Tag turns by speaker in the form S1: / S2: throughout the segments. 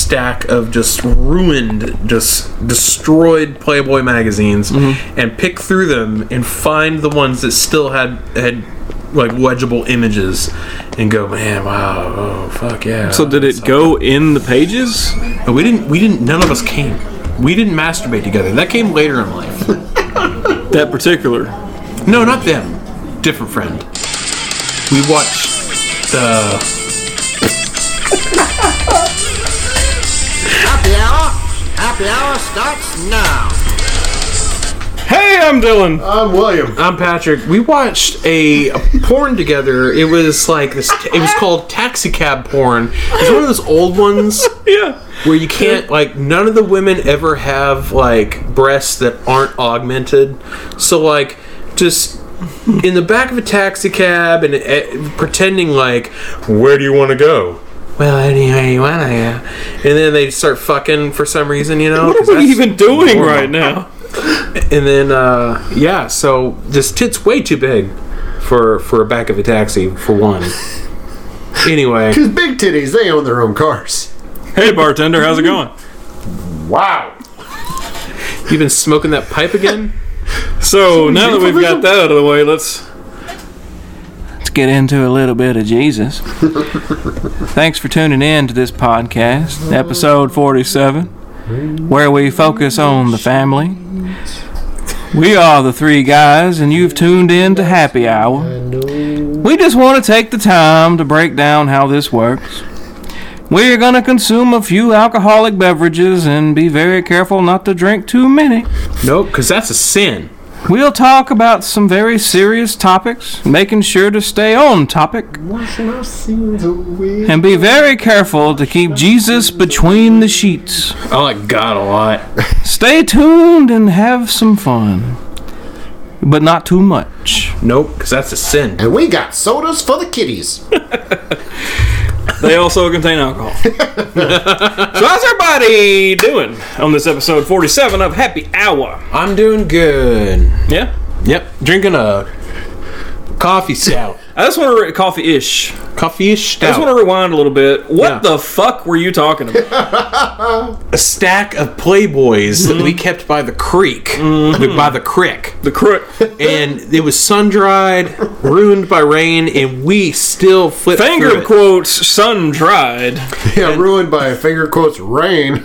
S1: stack of just ruined, just destroyed Playboy magazines and pick through them and find the ones that still had had like legible images and go, man, wow, oh fuck yeah.
S2: So did it go in the pages?
S1: But we didn't. We didn't. None of us came. We didn't masturbate together. That came later in life.
S2: That particular.
S1: No, not them. Different friend. We watched the.
S3: Happy hour. Happy hour starts now.
S2: Hey, I'm Dylan.
S4: I'm William.
S1: I'm Patrick. We watched a, a porn together. It was like this. It was called taxi cab porn. It's one of those old ones
S2: Yeah.
S1: where you can't like. None of the women ever have like breasts that aren't augmented. So like, just in the back of a taxi cab and uh, pretending like, where do you want to go? Well, anywhere you want to go. And then they start fucking for some reason, you know.
S2: What
S1: 'cause
S2: are we
S1: that's-
S2: even doing right now?
S1: and then uh, yeah, so just tits way too big for for a back of a taxi for one. anyway,
S4: Because big titties, they own their own cars.
S2: Hey, bartender, how's it going?
S4: Wow.
S1: you've been smoking that pipe again.
S2: So now that we've got that out of the way, let's
S5: Let's get into a little bit of Jesus. Thanks for tuning in to this podcast, episode 47, where we focus on the family. We are the three guys, and you've tuned in to Happy Hour. We just want to take the time to break down how this works. We're going to consume a few alcoholic beverages and be very careful not to drink too many.
S1: Nope, because that's a sin.
S5: We'll talk about some very serious topics, making sure to stay on topic.
S4: Washing our sins away.
S5: And be very careful to keep Jesus between the sheets.
S1: I like God a lot.
S5: Stay tuned and have some fun. But not too much.
S1: Nope, because that's a sin.
S4: And we got sodas for the kitties.
S2: They also contain alcohol. so how's everybody doing on this episode 47 of Happy Hour?
S1: I'm doing good.
S2: Yeah.
S1: Yep, drinking a coffee stout,
S2: I just want to re- coffee-ish. I
S1: coffee-ish
S2: just
S1: stout,
S2: want to rewind a little bit. What
S1: Yeah.
S2: the fuck were you talking about?
S1: a stack of Playboys that we kept by the creek, by the crick.
S2: the crook.
S1: And it was sun dried, ruined by rain, and we still flipped through
S2: Finger
S1: it.
S2: quotes sun dried.
S4: yeah, ruined by finger quotes rain.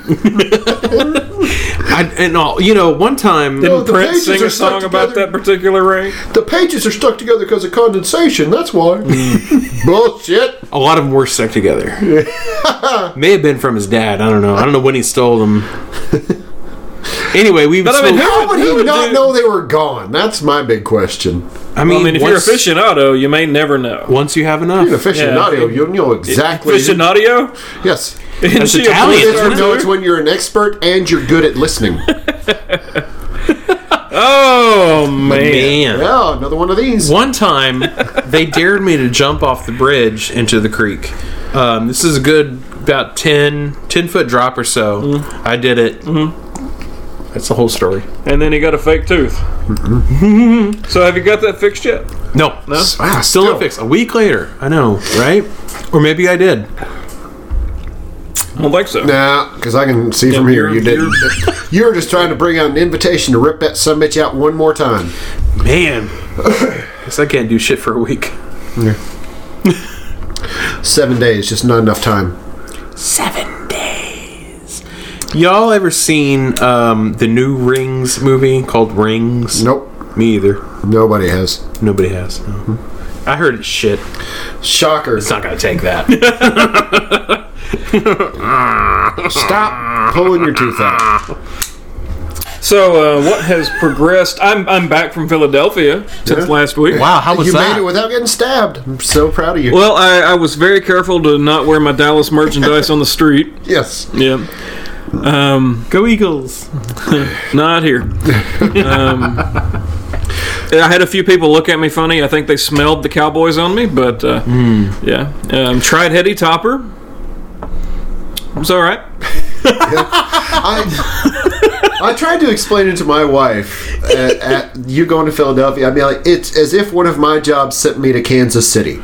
S1: I, and all you know, one time
S4: No, Oh, the
S2: Prince
S4: pages
S2: sing
S4: are
S2: a
S4: stuck
S2: song about
S4: together.
S2: that particular rain.
S4: The pages are stuck together because of condensation. That's why. Mm. Bullshit.
S1: a lot of them were stuck together. May have been from his dad. I don't know. I don't know when he stole them. Anyway, we.
S2: But I mean,
S1: so-
S4: How would
S2: Who
S4: he
S2: would
S4: not
S2: do-
S4: know they were gone? That's my big question.
S1: I mean,
S2: I mean, if you're
S1: once,
S2: aficionado, you may never know.
S1: once you have enough,
S4: An aficionado, you'll know exactly.
S2: Aficionado?
S4: Yes.
S2: That's
S1: Italian,
S4: It's, no, it's when you're an expert and you're good at listening.
S2: Oh man.
S1: man.
S4: yeah, another one of these.
S1: One time, they dared me to jump off the bridge into the creek. Um, this is a good about 10, 10 foot drop or so.
S2: Mm-hmm.
S1: I did it. That's the whole story.
S2: And then he got a fake tooth. so have you got that fixed yet?
S1: No, no,
S4: Ah,
S1: still
S4: still.
S1: not fixed. A week later, I know, right? Or maybe I did.
S2: I don't think so.
S4: Nah, because I can see from here you didn't. you were just trying to bring out an invitation to rip that sumbitch out one more time.
S1: Man, guess I can't do shit for a week.
S4: Seven days, just not enough time.
S1: Seven days. Y'all ever seen um, the new Rings movie called Rings?
S4: Nope,
S1: Me either.
S4: nobody has.
S1: Nobody has. No. I heard it's shit.
S4: Shocker.
S1: Mm-hmm. It's not gonna take that.
S4: Stop pulling your tooth out.
S2: So, uh, what has progressed? I'm, I'm back from Philadelphia since
S4: Yeah.
S2: last week.
S1: wow, how was
S4: you
S1: that?
S4: made it without getting stabbed. I'm so proud of you.
S2: Well, I, I was very careful to not wear my Dallas merchandise on the street.
S4: yes.
S2: Yeah. Um,
S1: Go Eagles.
S2: not here. Um, I had a few people look at me funny. I think they smelled the Cowboys on me, but uh,
S4: Hmm.
S2: yeah. Um, tried Hetty Topper. It was all right.
S4: I, I tried to explain it to my wife at, at you going to Philadelphia. I mean, like, it's as if one of my jobs sent me to Kansas City.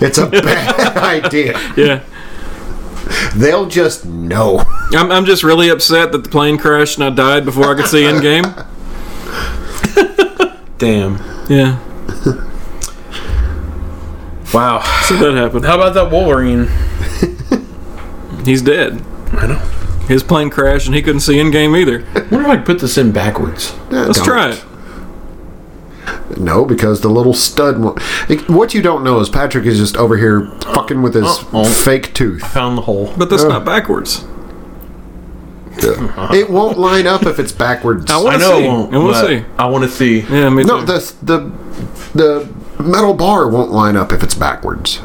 S4: It's a bad idea.
S2: Yeah.
S4: They'll just know.
S2: I'm, I'm just really upset that the plane crashed and I died before I could see Endgame.
S1: Damn.
S2: Yeah,
S1: Wow.
S2: so that happened.
S1: How about that Wolverine?
S2: He's dead.
S1: I know.
S2: His plane crashed and he couldn't see Endgame either.
S1: wonder if I could put this in backwards.
S2: Let's try it.
S4: No, because the little stud. Won't. It- What you don't know is Patrick is just over here fucking with his
S1: Uh-oh.
S4: fake tooth.
S1: Found the hole.
S2: But that's not backwards.
S1: Uh-huh.
S4: It won't line up if it's backwards.
S2: I
S1: I
S2: wanna
S1: know
S2: see.
S1: it won't.
S2: I wanna
S1: but
S2: see.
S1: I want to see.
S2: Yeah, me
S4: No,
S2: too.
S4: the the the metal bar won't line up if it's backwards.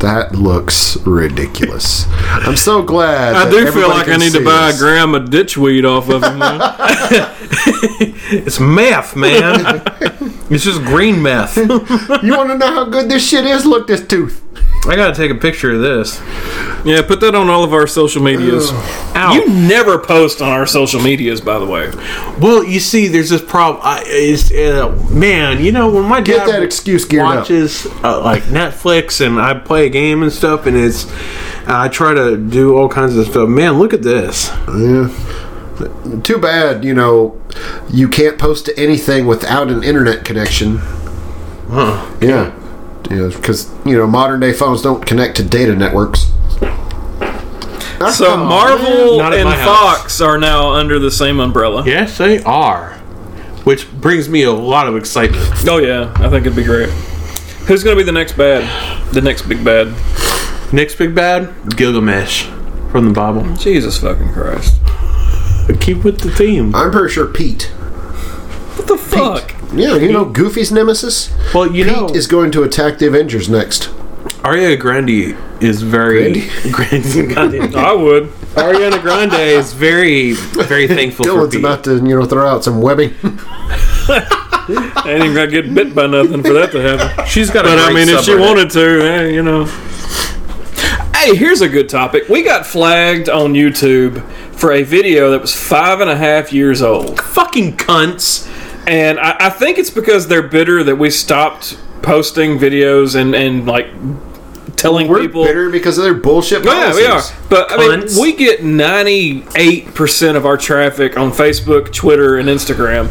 S4: that looks ridiculous. I'm so glad.
S2: I
S4: that
S2: do feel
S4: everybody
S2: like I
S4: can
S2: need to
S4: see
S2: buy a
S4: this.
S2: gram of ditchweed off of him. now.
S1: It's meth, man. it's just green meth. I
S4: You want to know how good this shit is? Look, this tooth.
S1: gotta take a picture of this.
S2: yeah, put that on all of our social medias.
S1: Ow.
S2: You never post on our social medias, by the way.
S1: Well, you see, there's this problem. I, it's, uh, man, you know when my
S4: Get
S1: dad
S4: that excuse geared up.
S1: watches uh, like Netflix and I play a game and stuff, and it's I try to do all kinds of stuff. Man, look at this.
S4: Too bad, you know, you can't post to anything without an internet connection. Yeah. Yeah, because, you know, modern day phones don't connect to data networks.
S2: So Marvel
S1: Not at
S2: and
S1: my house.
S2: Fox are now under the same umbrella.
S1: Yes, they are. Which brings me a lot of excitement.
S2: Oh yeah, I think it'd be great. Who's gonna be the next bad? The next big bad?
S1: Next big bad, Gilgamesh from the Bible.
S2: Jesus fucking Christ!
S1: Keep with the theme.
S4: I'm pretty sure Pete.
S2: What the fuck?
S4: Yeah, you know Goofy's nemesis?
S1: Well, you
S4: Pete
S1: know,
S4: is going to attack the Avengers next.
S1: Ariana Grande is very Grande. Goddamn.
S2: I would.
S1: Ariana Grande is very, very thankful for
S4: Dylan's
S1: Pete.
S4: about to, you know, throw out some webbing.
S2: I ain't even gonna get bit by nothing for that to happen.
S1: She's got.
S2: But
S1: a
S2: I
S1: great
S2: mean, if she
S1: subreddit.
S2: wanted to, eh, you know. Hey, here's a good topic. We got flagged on YouTube for a video that was five and a half years old.
S1: fucking cunts.
S2: And I, I think it's because they're bitter that we stopped posting videos and, and like telling
S4: We're
S2: people.
S4: bitter because of their bullshit
S2: Oh, yeah,
S4: policies.
S2: we are. But I mean,
S1: Cunts.
S2: we get 98% of our traffic on Facebook, Twitter, and Instagram.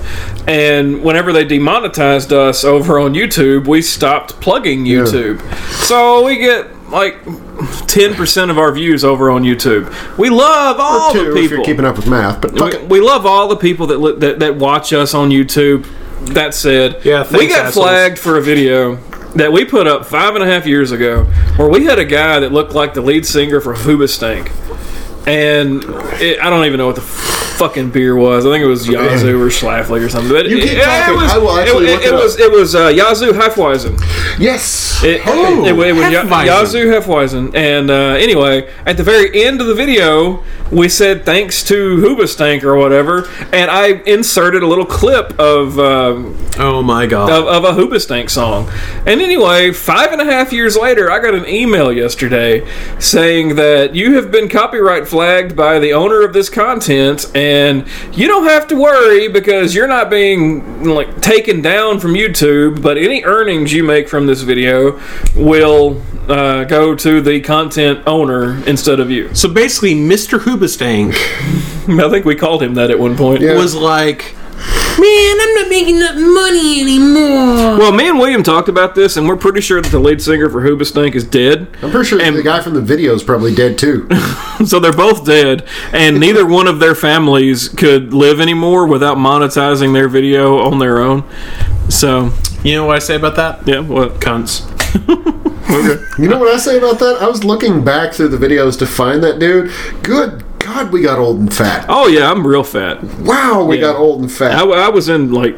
S2: And whenever they demonetized us over on YouTube, we stopped plugging YouTube. So we get like 10% of our views over on YouTube. We love all
S4: Two,
S2: the
S4: if you're
S2: people
S4: keeping up with math, but fuck
S2: we,
S4: it.
S2: we love all the people that, li- that that watch us on YouTube. That said,
S1: Yeah,
S2: we
S1: thanks,
S2: got
S1: assholes.
S2: flagged for a video that we put up five and a half years ago, where we had a guy that looked like the lead singer for Hoobastank, and it, I don't even know what the fucking beer was. I think it was Yazoo or Schlafly or something. But
S4: You
S2: it,
S4: keep
S2: it-
S4: talking.
S2: It was,
S4: I will actually
S2: it,
S4: look
S2: it,
S4: it up.
S2: was it was uh, Yazoo Hefeweizen.
S4: Yes!
S2: It,
S1: Oh,
S2: it, it was Ya-
S1: Hefeweizen.
S2: Yazoo Hefeweizen. And uh, anyway, at the very end of the video, we said thanks to Hoobastank or whatever, and I inserted a little clip of um,
S1: Oh my god.
S2: of, of a Hoobastank song. And anyway, five and a half years later, I got an email yesterday saying that you have been copyright flagged by the owner of this content, and you don't have to worry because you're not being like taken down from YouTube. But any earnings you make from this video will uh, go to the content owner instead of you.
S1: so basically, Mr. Hoobastank
S2: I think we called him that at one point.
S4: Yeah.
S1: was like,
S6: Man, I'm not making that money anymore.
S2: Well, me and William talked about this, and we're pretty sure that the lead singer for Hoobastank is dead.
S4: I'm pretty sure
S2: And-
S4: the guy from the video is probably dead too.
S2: So they're both dead, and neither one of their families could live anymore without monetizing their video on their own. So,
S1: you know what I say about that?
S2: yeah, what?
S1: Cunts.
S4: You know what I say about that? I was looking back through the videos to find that dude. Good God, we got old and fat.
S2: Oh, yeah, I'm real fat.
S4: Wow, we got old and
S2: I,
S4: fat.
S2: I was in, like,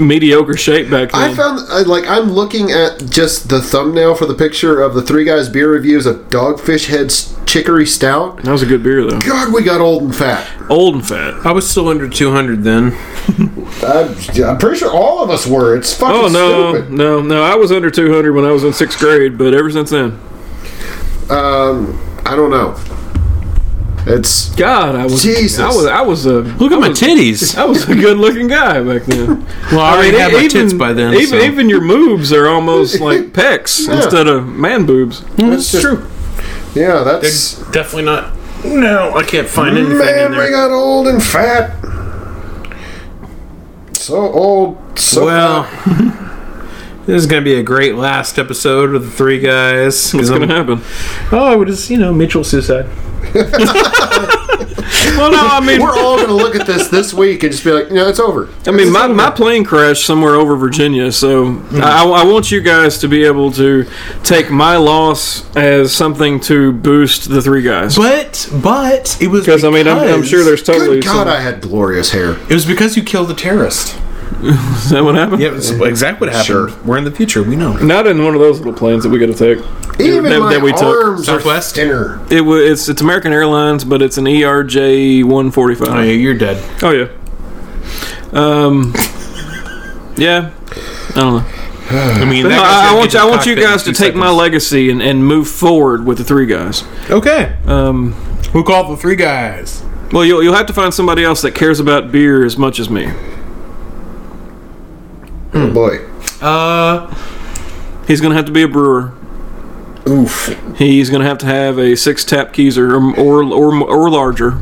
S2: mediocre shape back then.
S4: I found I- like I'm looking at just the thumbnail for the picture of the three guys beer reviews of Dogfish Head's Chicory Stout.
S2: that was a good beer, though.
S4: God, we got old and fat.
S2: Old and fat.
S1: I was still under 200 then.
S4: I'm, Uh, I'm pretty sure all of us were. It's fucking
S2: Oh, no,
S4: stupid.
S2: no, no. I was under 200 when I was in sixth grade, but ever since then.
S4: Um, I don't know. It's
S2: God, I was
S4: Jesus.
S2: I was I was a
S1: Look at my
S2: was-
S1: titties.
S2: I was a good looking guy back then.
S1: Well, I already had my
S2: even,
S1: tits by then.
S2: Even,
S1: so.
S2: even your moobs are almost like pecs
S4: Yeah.
S2: instead of man boobs.
S4: that's just- Yeah, that's
S1: They're definitely not. No, I can't find anything in
S4: man.
S1: there.
S4: We got old and fat. So old. So
S1: Well, this is going to be a great last episode of the three guys.
S2: What's
S1: 'cause
S2: gonna
S1: I'm-
S2: happen?
S1: Oh, it was you know mutual suicide.
S2: Well, no, I mean,
S4: We're all gonna look at this this week and just be like, no, it's over.
S2: I mean, my, my plane crashed somewhere over Virginia, so I, I want you guys to be able to take my loss as something to boost the three guys.
S1: But but it was
S2: Because I mean, I'm, I'm sure there's totally.
S4: Good God, I had glorious hair.
S1: it was because you killed the terrorist.
S2: some- is that what happened?
S1: Yeah, it's exactly what happened.
S4: Sure.
S1: We're in the future. We know.
S2: Not in one of those little planes that we got to take.
S4: Even
S2: that-
S4: my
S2: that we took.
S4: arms are
S1: Southwest?
S4: thinner.
S2: It was it's it's American Airlines, but it's an ERJ 145.
S1: Oh, yeah, you're dead.
S2: Oh yeah. Um. yeah. I don't know.
S1: I mean, that guy's
S2: I, I
S1: gonna
S2: want
S1: get
S2: you, I
S1: to
S2: want you
S1: cockpit in
S2: guys to
S1: two
S2: take my
S1: seconds.
S2: legacy and, and move forward with the three guys.
S1: Okay,
S2: Um.
S1: we'll call the three guys.
S2: Well, you'll, you'll have to find somebody else that cares about beer as much as me.
S4: Oh
S2: Hmm.
S4: boy.
S1: Uh,
S2: He's going to have to be a brewer.
S4: Oof.
S2: He's going to have to have a six tap keyser or or, or, or larger.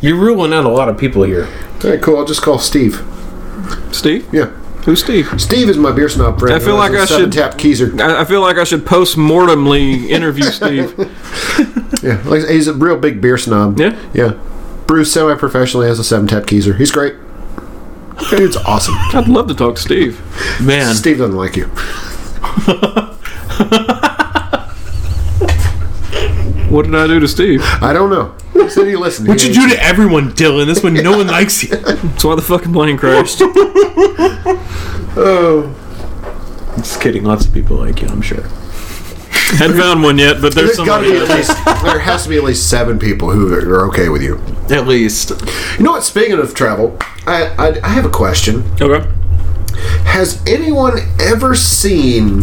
S1: you're ruling out a lot of people here.
S4: All right, cool. I'll just call Steve.
S2: Steve,
S4: Yeah.
S2: who's Steve?
S4: Steve is my beer snob friend.
S2: I feel like I should-
S4: tap Keezer.
S2: I, I feel like I should post mortemly interview Steve.
S4: Yeah, like, he's a real big beer snob.
S2: Yeah?
S4: yeah. Brews semi professionally as a seven tap Keezer. He's great. Dude's awesome.
S2: I'd love to talk to Steve.
S1: Man,
S4: Steve doesn't like you.
S2: What did I do to Steve?
S4: I don't know. He said he listened.
S1: what you do to everyone, Dylan? This one, no one likes you.
S2: That's why the fucking plane crashed.
S1: Just kidding. Lots of people like you, I'm sure.
S2: Hadn't found one yet, but there's
S4: There's got to
S2: somebody.
S4: be at least there has to be at least seven people who are okay with you.
S1: At least.
S4: You know what? Speaking of travel, I I, I have a question.
S2: Okay.
S4: Has anyone ever seen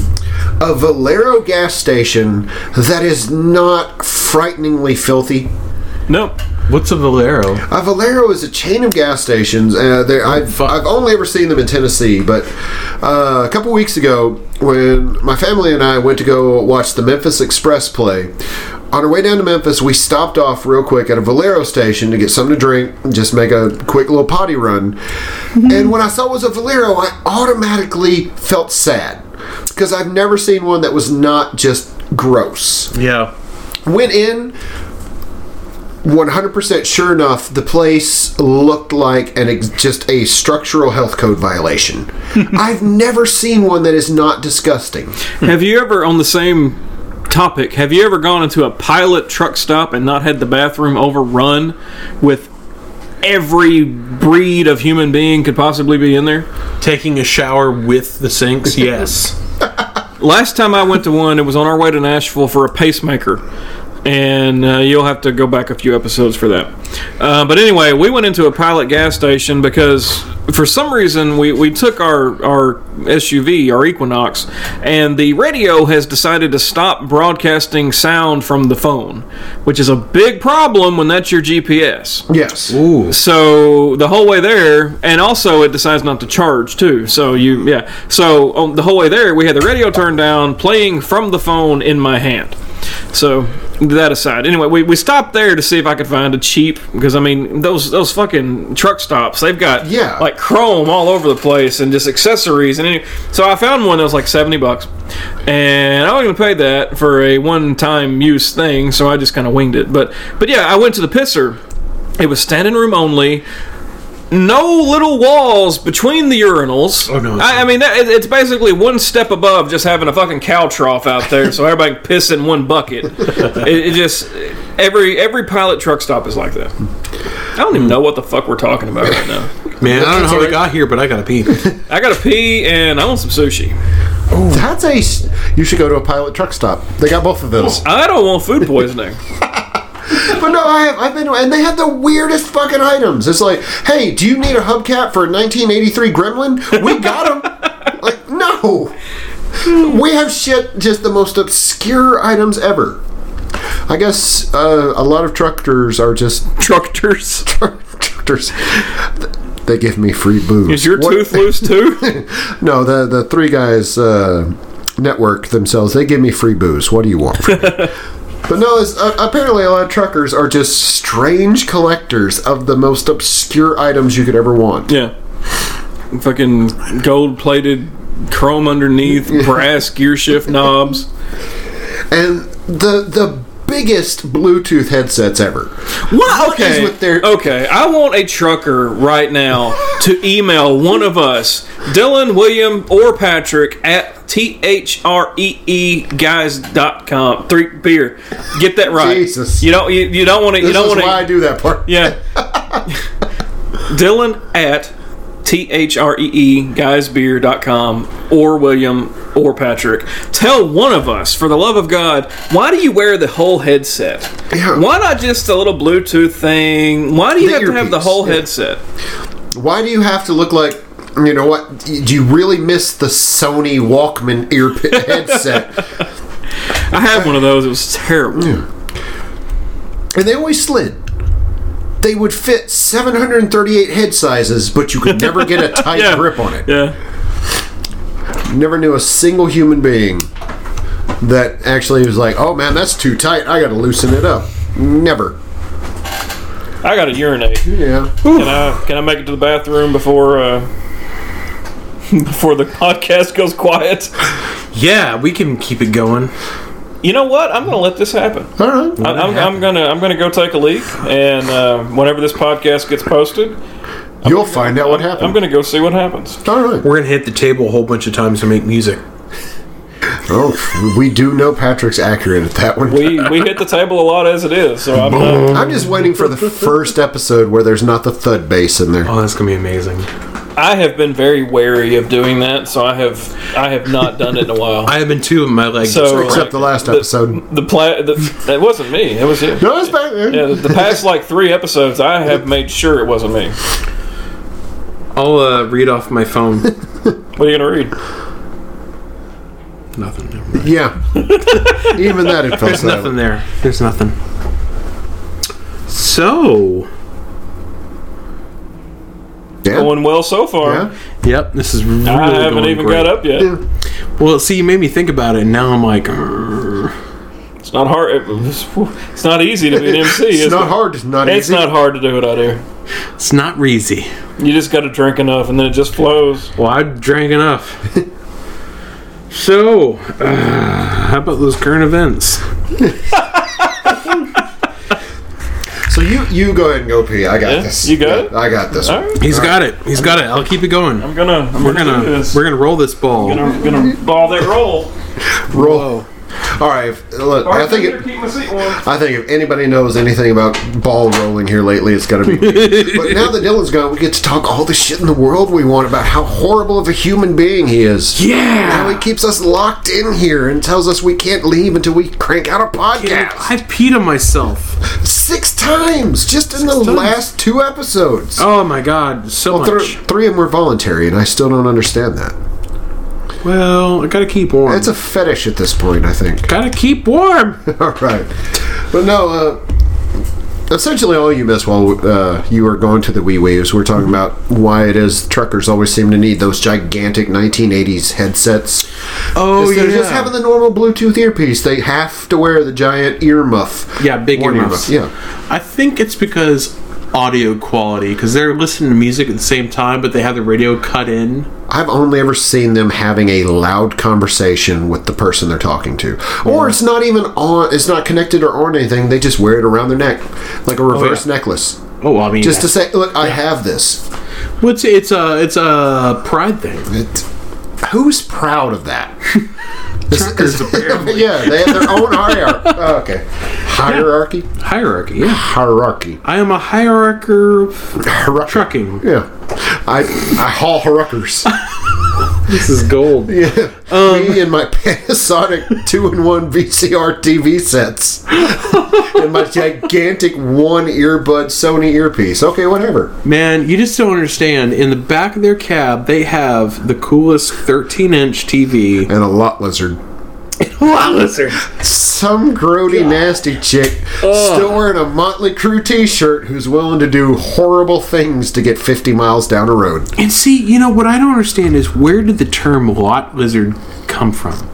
S4: a Valero gas station that is not frighteningly filthy?
S2: No.
S1: What's a Valero?
S4: A Uh, Valero is a chain of gas stations. Uh, there, I've,
S1: Fuck.
S4: I've only ever seen them in Tennessee, but uh, a couple weeks ago, when my family and I went to go watch the Memphis Express play, on our way down to Memphis, we stopped off real quick at a Valero station to get something to drink, just make a quick little potty run. and when I saw it was a Valero, I automatically felt sad because I've never seen one that was not just gross
S1: Yeah.
S4: went in 100% sure enough the place looked like an ex- just a structural health code violation i've never seen one that is not disgusting
S2: Have you ever, on the same topic, have you ever gone into a pilot truck stop and not had the bathroom overrun with every breed of human being could possibly be in there?
S1: Taking a shower with the sinks? Yes.
S2: Last time I went to one, it was on our way to Nashville for a pacemaker. And uh, you'll have to go back a few episodes for that. Uh, but anyway, we went into a pilot gas station because for some reason we, we took our, our SUV, our Equinox, and the radio has decided to stop broadcasting sound from the phone, which is a big problem when that's your GPS.
S4: yes
S2: So the whole way there, and also it decides not to charge too. So you, yeah. So on the whole way there, we had the radio turned down, playing from the phone in my hand. So that aside, anyway, we, we stopped there to see if I could find a cheap because I mean those those fucking truck stops they've got
S4: Yeah.
S2: like chrome all over the place and just accessories and any, so I found one that was like seventy bucks, and I wasn't gonna pay that for a one time use thing, so I just kind of winged it. But but yeah, I went to the pisser. It was standing room only. No little walls between the urinals. Oh
S1: no, it's-
S2: I, I mean, that, it- it's basically one step above just having a fucking cow trough out there, so everybody can piss in one bucket. it, it just every every pilot truck stop is like that. I don't even know what the fuck we're talking about right now.
S1: Man, I don't know how we got here, but I gotta pee.
S2: I gotta pee and I want some sushi.
S4: that's a s- you should go to a pilot truck stop they got both of those
S2: I don't want food poisoning.
S4: but no I have, i've been and they have the weirdest fucking items it's like hey do you need a hubcap for a 1983 gremlin we got them like no we have shit just the most obscure items ever I guess uh, a lot of truckers are just
S2: Truckers.
S4: truckers. They give me free booze.
S2: Is your
S4: What-
S2: tooth loose too?
S4: No, the the three guys uh, network themselves. They give me free booze. What do you want? From me? but no, it's, uh, apparently a lot of truckers are just strange collectors of the most obscure items you could ever want.
S2: yeah. Fucking gold plated chrome underneath, brass gear shift knobs.
S4: And the the biggest Bluetooth headsets ever.
S2: What?
S4: is
S2: Okay.
S4: with their-
S2: okay. I want a trucker right now to email one of us, Dylan, William, or Patrick at T H R E E guys.com. Three beer. Get that right.
S4: Jesus.
S2: You don't you, you don't want to you
S4: This
S2: don't
S4: is
S2: want
S4: why I
S2: to
S4: do that part.
S2: Yeah. Dylan at T H R E E guysbeer.com or William or Patrick. Tell one of us, for the love of God, why do you wear the whole headset?
S4: Yeah.
S2: Why not just a little Bluetooth thing? Why do you
S4: The
S2: have to have the
S4: earpiece,
S2: whole
S4: yeah.
S2: headset?
S4: Why do you have to look like? You know what? Do you really miss the Sony Walkman ear headset?
S2: I had one of those. It was terrible.
S4: and they always slid. They would fit 738 head sizes, but you could never get a tight
S2: Yeah.
S4: grip on it.
S2: Yeah.
S4: Never knew a single human being that actually was like, "Oh man, that's too tight. I got to loosen it up." Never.
S2: I got to urinate.
S4: Yeah.
S2: Can I can I make it to the bathroom before uh, before the podcast goes quiet?
S1: Yeah, we can keep it going.
S2: You know what? I'm going to let this happen.
S4: All right.
S2: I- I'm, I'm gonna I'm gonna go take a leak, and uh, whenever this podcast gets posted,
S4: You'll find out what happened.
S2: I'm gonna go see what happens.
S4: All right.
S1: We're gonna hit the table a whole bunch of times to make music.
S4: Oh, we do know Patrick's accurate at that one.
S2: We we hit the table a lot as it is, so I'm not,
S4: I'm just waiting for the first episode where there's not the thud bass in there.
S1: Oh, that's gonna be amazing.
S2: I have been very wary of doing that, so I have I have not done it in a while.
S1: I have been two of my legs.
S2: So
S4: Except the last episode.
S2: the pla- the, that wasn't me. It was you.
S4: No, it's back there.
S2: Yeah, the, the past like three episodes, I have made sure it wasn't me.
S1: I'll uh, read off my phone.
S2: What are you gonna read?
S1: nothing. Never mind.
S4: Yeah. Even that it felt
S1: There's
S4: that
S1: nothing there. There's nothing. So,
S4: Yeah.
S2: Going well so far.
S4: Yeah.
S1: yep, this is really
S2: I haven't
S1: going
S2: even
S1: great.
S2: got up yet.
S4: Yeah.
S1: Well, see, you made me think about it, and now I'm like, "Grr."
S2: It's not hard. it- it's, it's not easy to be an MC.
S4: It's
S2: is
S4: not
S2: it?
S4: hard. It's not
S2: It's
S4: easy.
S2: not hard to do it out here.
S1: it's not Reezy.
S2: You just got to drink enough, and then it just flows.
S1: Well, I drank enough. so, uh, how about those current events?
S4: so you you go ahead and go pee. I got
S2: Yeah,
S4: this.
S2: you got it?
S4: I got this.
S2: All
S4: one.
S2: right,
S1: He's got it. He's got it. I'll keep it going.
S2: I'm gonna. I'm
S1: We're
S2: gonna. do
S1: gonna
S2: this.
S1: we're gonna roll this ball.
S2: gonna gonna ball that roll.
S4: Roll. All right. Look, I think
S2: I'm gonna
S4: it,
S2: keep my seat warm.
S4: I think if anybody knows anything about ball rolling here lately, it's got to be. me. but now that Dylan's gone, we get to talk all the shit in the world we want about how horrible of a human being he is. How
S1: Yeah.
S4: he keeps us locked in here and tells us we can't leave until we crank out a podcast
S1: I peed on myself.
S4: six times just in the last two episodes.
S1: Oh my god, so
S4: Well,
S1: much.
S4: th- three of them were voluntary, and I still don't understand that.
S1: well, I gotta keep warm.
S4: It's a fetish at this point, I think.
S1: gotta keep warm.
S4: All right, but no. Uh, essentially, all you missed while uh, you were going to the wee waves, we're talking about why it is truckers always seem to need those gigantic 1980s headsets.
S1: Oh
S4: Instead of just having the normal Bluetooth earpiece, they have to wear the giant earmuff.
S1: Yeah, big
S4: One
S1: earmuffs.
S4: earmuff,
S1: I think it's because audio quality because they're listening to music at the same time, but they have the radio cut in.
S4: Yeah, I've only ever seen them having a loud conversation with the person they're talking to, or it's not even on. It's not connected or on anything. They just wear it around their neck, like a reverse necklace,
S1: Oh, I mean,
S4: just to say, "Look, I have this."
S1: well, it's, it's a it's a pride thing.
S4: It, who's proud of that?
S1: Truckers, apparently.
S4: yeah, they have their own hierarchy. Oh, okay, hierarchy,
S1: Hierarchy, yeah.
S4: hierarchy,
S1: I am a hierarcher of
S4: Hierarchy.
S1: trucking.
S4: Yeah, I I haul hierarchers.
S1: This is gold. Um,
S4: Me and my Panasonic two-in-one VCR TV sets and my gigantic one earbud Sony earpiece. Okay, whatever.
S1: Man, you just don't understand. In the back of their cab, they have the coolest 13 inch TV.
S4: And a lot lizard.
S1: Wow, lizards.
S4: Some grody, nasty chick still wearing a Motley Crue t shirt who's willing to do horrible things to get 50 miles down a road.
S1: And see, you know what I don't understand is where did the term lot lizard come from?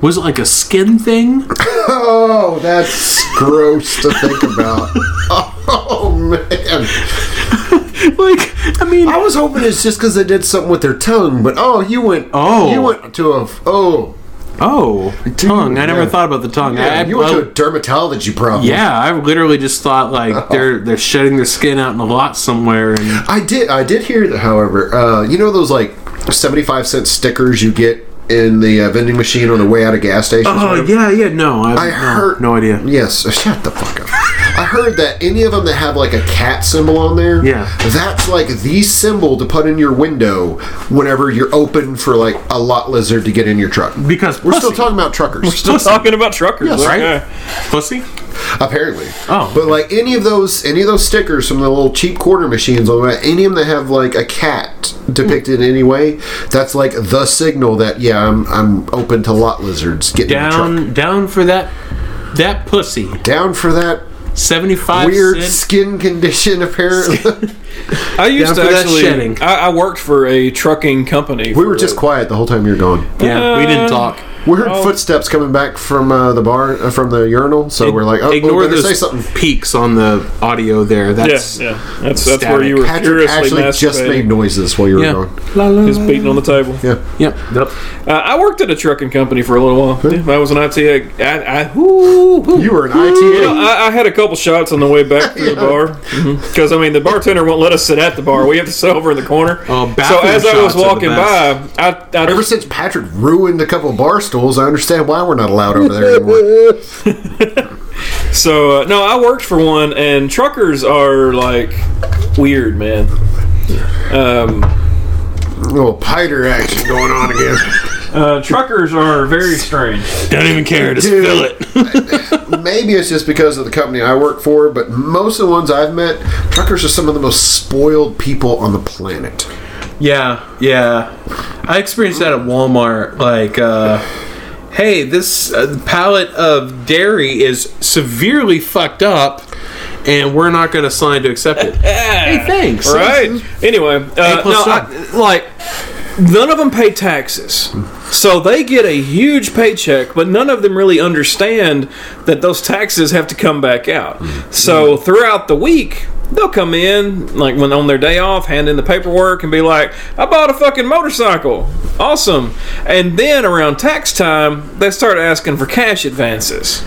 S1: Was it like a skin thing?
S4: Oh, that's gross to think about. Oh, man.
S1: Like, I mean,
S4: I was hoping it's just because they did something with their tongue, but oh, you went.
S1: Oh.
S4: You went to a. Oh.
S1: oh, tongue. I never
S4: Yeah.
S1: thought about the tongue. I,
S4: Yeah, you went
S1: I-
S4: to a dermatology problem.
S1: yeah, I literally just thought like they're they're shedding their skin out in a lot somewhere. And
S4: I did. I did hear that. However, uh, you know those like seventy-five cent stickers you get in the uh, vending machine on the way out of gas stations.
S1: oh yeah, yeah, no, I,
S4: I
S1: no,
S4: heard.
S1: no idea.
S4: Yes. Shut the fuck up. I heard that any of them that have like a cat symbol on there,
S1: Yeah.
S4: that's like the symbol to put in your window whenever you're open for like a lot lizard to get in your truck.
S1: Because
S4: We're still
S1: pussy.
S4: talking about truckers.
S2: Still talking about truckers,
S4: Yes,
S2: right?
S4: right?
S2: Yeah.
S1: pussy.
S4: Apparently.
S1: Oh.
S4: But like any of those any of those stickers from the little cheap quarter machines on that, any of them that have like a cat depicted in any way, that's like the signal that yeah, I'm I'm open to lot lizards getting in the truck.
S1: Down, down for that that pussy.
S4: Down for that
S1: Seventy five
S4: weird skin condition apparently.
S2: I
S1: Down
S2: used to
S1: for that
S2: actually.
S1: shedding.
S2: I, I worked for a trucking company.
S4: we
S2: for
S4: were just
S2: a-
S4: quiet the whole time you were gone.
S1: Yeah, Oh. we
S4: Uh,
S1: didn't talk.
S4: We heard footsteps coming back from uh, the bar uh, from the urinal, so we're like, oh,
S1: Ignore
S4: we better
S1: those
S4: say something.
S1: peaks on the audio there.
S2: Yeah,
S1: That's
S2: yeah. That's that's where you were
S4: Patrick
S2: furiously
S4: actually just made
S2: masturbating.
S4: noises while you were
S1: Yeah.
S4: gone.
S2: Just beating on the table.
S4: Yeah.
S1: Yep. Yep.
S2: Uh, I worked at a trucking company for a little while. Yeah, I was an IT. I, I, whoo, whoo.
S4: You were an
S2: You
S4: ITA.
S2: know, I, I had a couple shots on the way back to the bar because I mean the bartender won't let us sit at the bar. We have to sit over in the corner.
S1: Oh,
S2: so
S1: bathroom
S2: as I was
S1: shots are the
S2: walking by, I, I
S4: Ever since Patrick ruined a couple bar stools, I understand why we're not allowed over there anymore.
S2: so uh, no, I worked for one, and truckers are like weird, man. Um,
S4: little piter action going on again.
S2: uh, truckers are very strange.
S1: Don't even care. Just
S4: Dude.
S1: feel it.
S4: Maybe it's just because of the company I work for, but most of the ones I've met, truckers are some of the most spoiled people on the planet.
S1: Yeah, yeah. I experienced that at Walmart. Like, uh, hey, this uh, pallet of dairy is severely fucked up, and we're not going to sign to accept it. hey, thanks.
S2: Right. Anyway, uh,
S1: A plus
S2: no,
S1: one.
S2: I, like none of them pay taxes, so they get a huge paycheck, but none of them really understand that those taxes have to come back out. So
S1: Mm-hmm.
S2: throughout the week. They'll come in, like when on their day off, hand in the paperwork and be like, I bought a fucking motorcycle. Awesome. And then around tax time, they start asking for cash advances.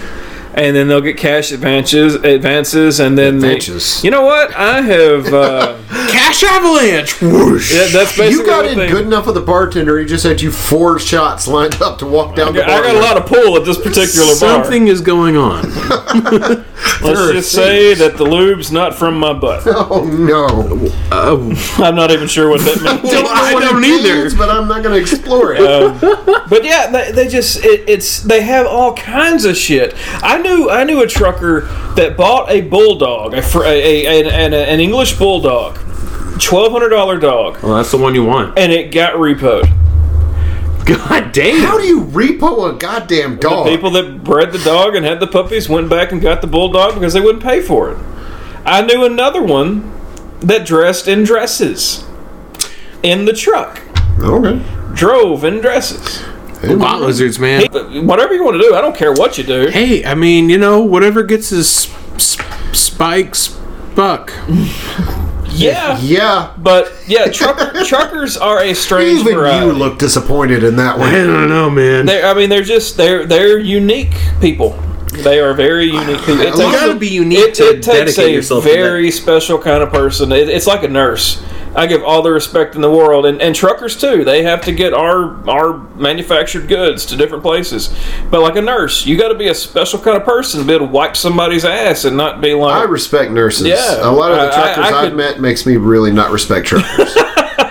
S2: And then they'll get cash advances, advances, and then they-
S4: Advances.
S2: you know what? I have. Uh,
S1: Cash avalanche. Whoosh.
S2: that- that's basically.
S4: You got
S2: the
S4: in
S2: thing.
S4: good enough with the bartender, he just had you four shots lined up to walk down the
S2: I
S4: bar.
S2: got a lot of pull at this particular
S1: Something is going on.
S2: bar. Let's just say that the lube's not from my butt.
S4: Oh no!
S2: I'm not even sure what Uh, that means.
S1: Don't know what it means,
S4: but I'm not going to explore it.
S2: But yeah, they, they just it, it's they have all kinds of shit. I knew I knew a trucker that bought a bulldog, a, fr- a, a, an- an, an English bulldog, twelve hundred dollar dog,
S1: Well, that's the one you want.
S2: and it got repoed.
S1: God damn.
S4: How do you repo a goddamn dog?
S2: The people that bred the dog and had the puppies went back and got the bulldog because they wouldn't pay for it. I knew another one that dressed in dresses in the truck,
S4: okay.
S2: drove in dresses.
S1: Lot lizards, man.
S2: Whatever you want to do, I don't care what you do.
S1: Hey, I mean, you know, whatever gets his sp- sp- spikes buck.
S2: Yeah,
S4: Yeah.
S2: but yeah, trucker, truckers are a strange
S4: Even
S2: variety.
S4: you look disappointed in that one.
S1: I don't know, man.
S2: They're- I mean, they're just they're they're unique people. They are very unique people. It
S4: You gotta
S1: be unique to
S2: takes
S1: dedicate
S2: a
S1: yourself to
S2: very special kind of person. It, it's like a nurse. I give all the respect in the world, and, and truckers too. They have to get our our manufactured goods to different places. But like a nurse, you got to be a special kind of person to be able to wipe somebody's ass and not be
S4: I
S2: like.
S4: respect nurses.
S2: Yeah.
S4: a lot of the
S2: I- I-
S4: truckers I,
S2: I
S4: have
S2: could-
S4: met makes me really not respect truckers.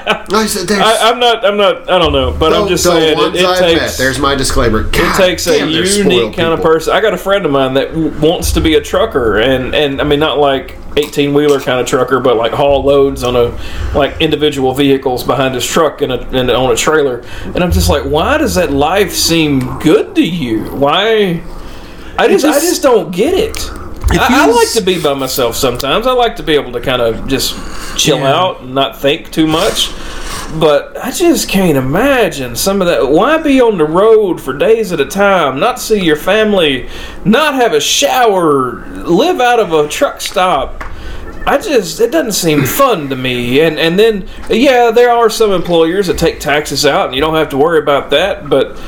S4: I said, there's,
S2: I, I'm not. I'm not. I don't know. But I'm
S4: the-
S2: just
S4: the
S2: saying it,
S4: ones
S2: it
S4: I've
S2: takes.
S4: met. There's my disclaimer.
S2: it takes a unique kind of person. I got a friend of mine that w- wants to be a trucker, and and I mean not like eighteen wheeler kind of trucker, but like haul loads on a like individual vehicles behind his truck and, a, and on a trailer. And I'm just like, why does that life seem good to you? Why? I just, I
S1: just-
S2: just don't get it. I, I
S1: feels-
S2: like to be by myself sometimes. I like to be able to kind of just chill
S1: Yeah.
S2: out and not think too much. But I just can't imagine some of that. Why be on the road for days at a time, not see your family, not have a shower, live out of a truck stop? I just it doesn't seem fun to me. And and then yeah, there are some employers that take taxes out, and you don't have to worry about that. But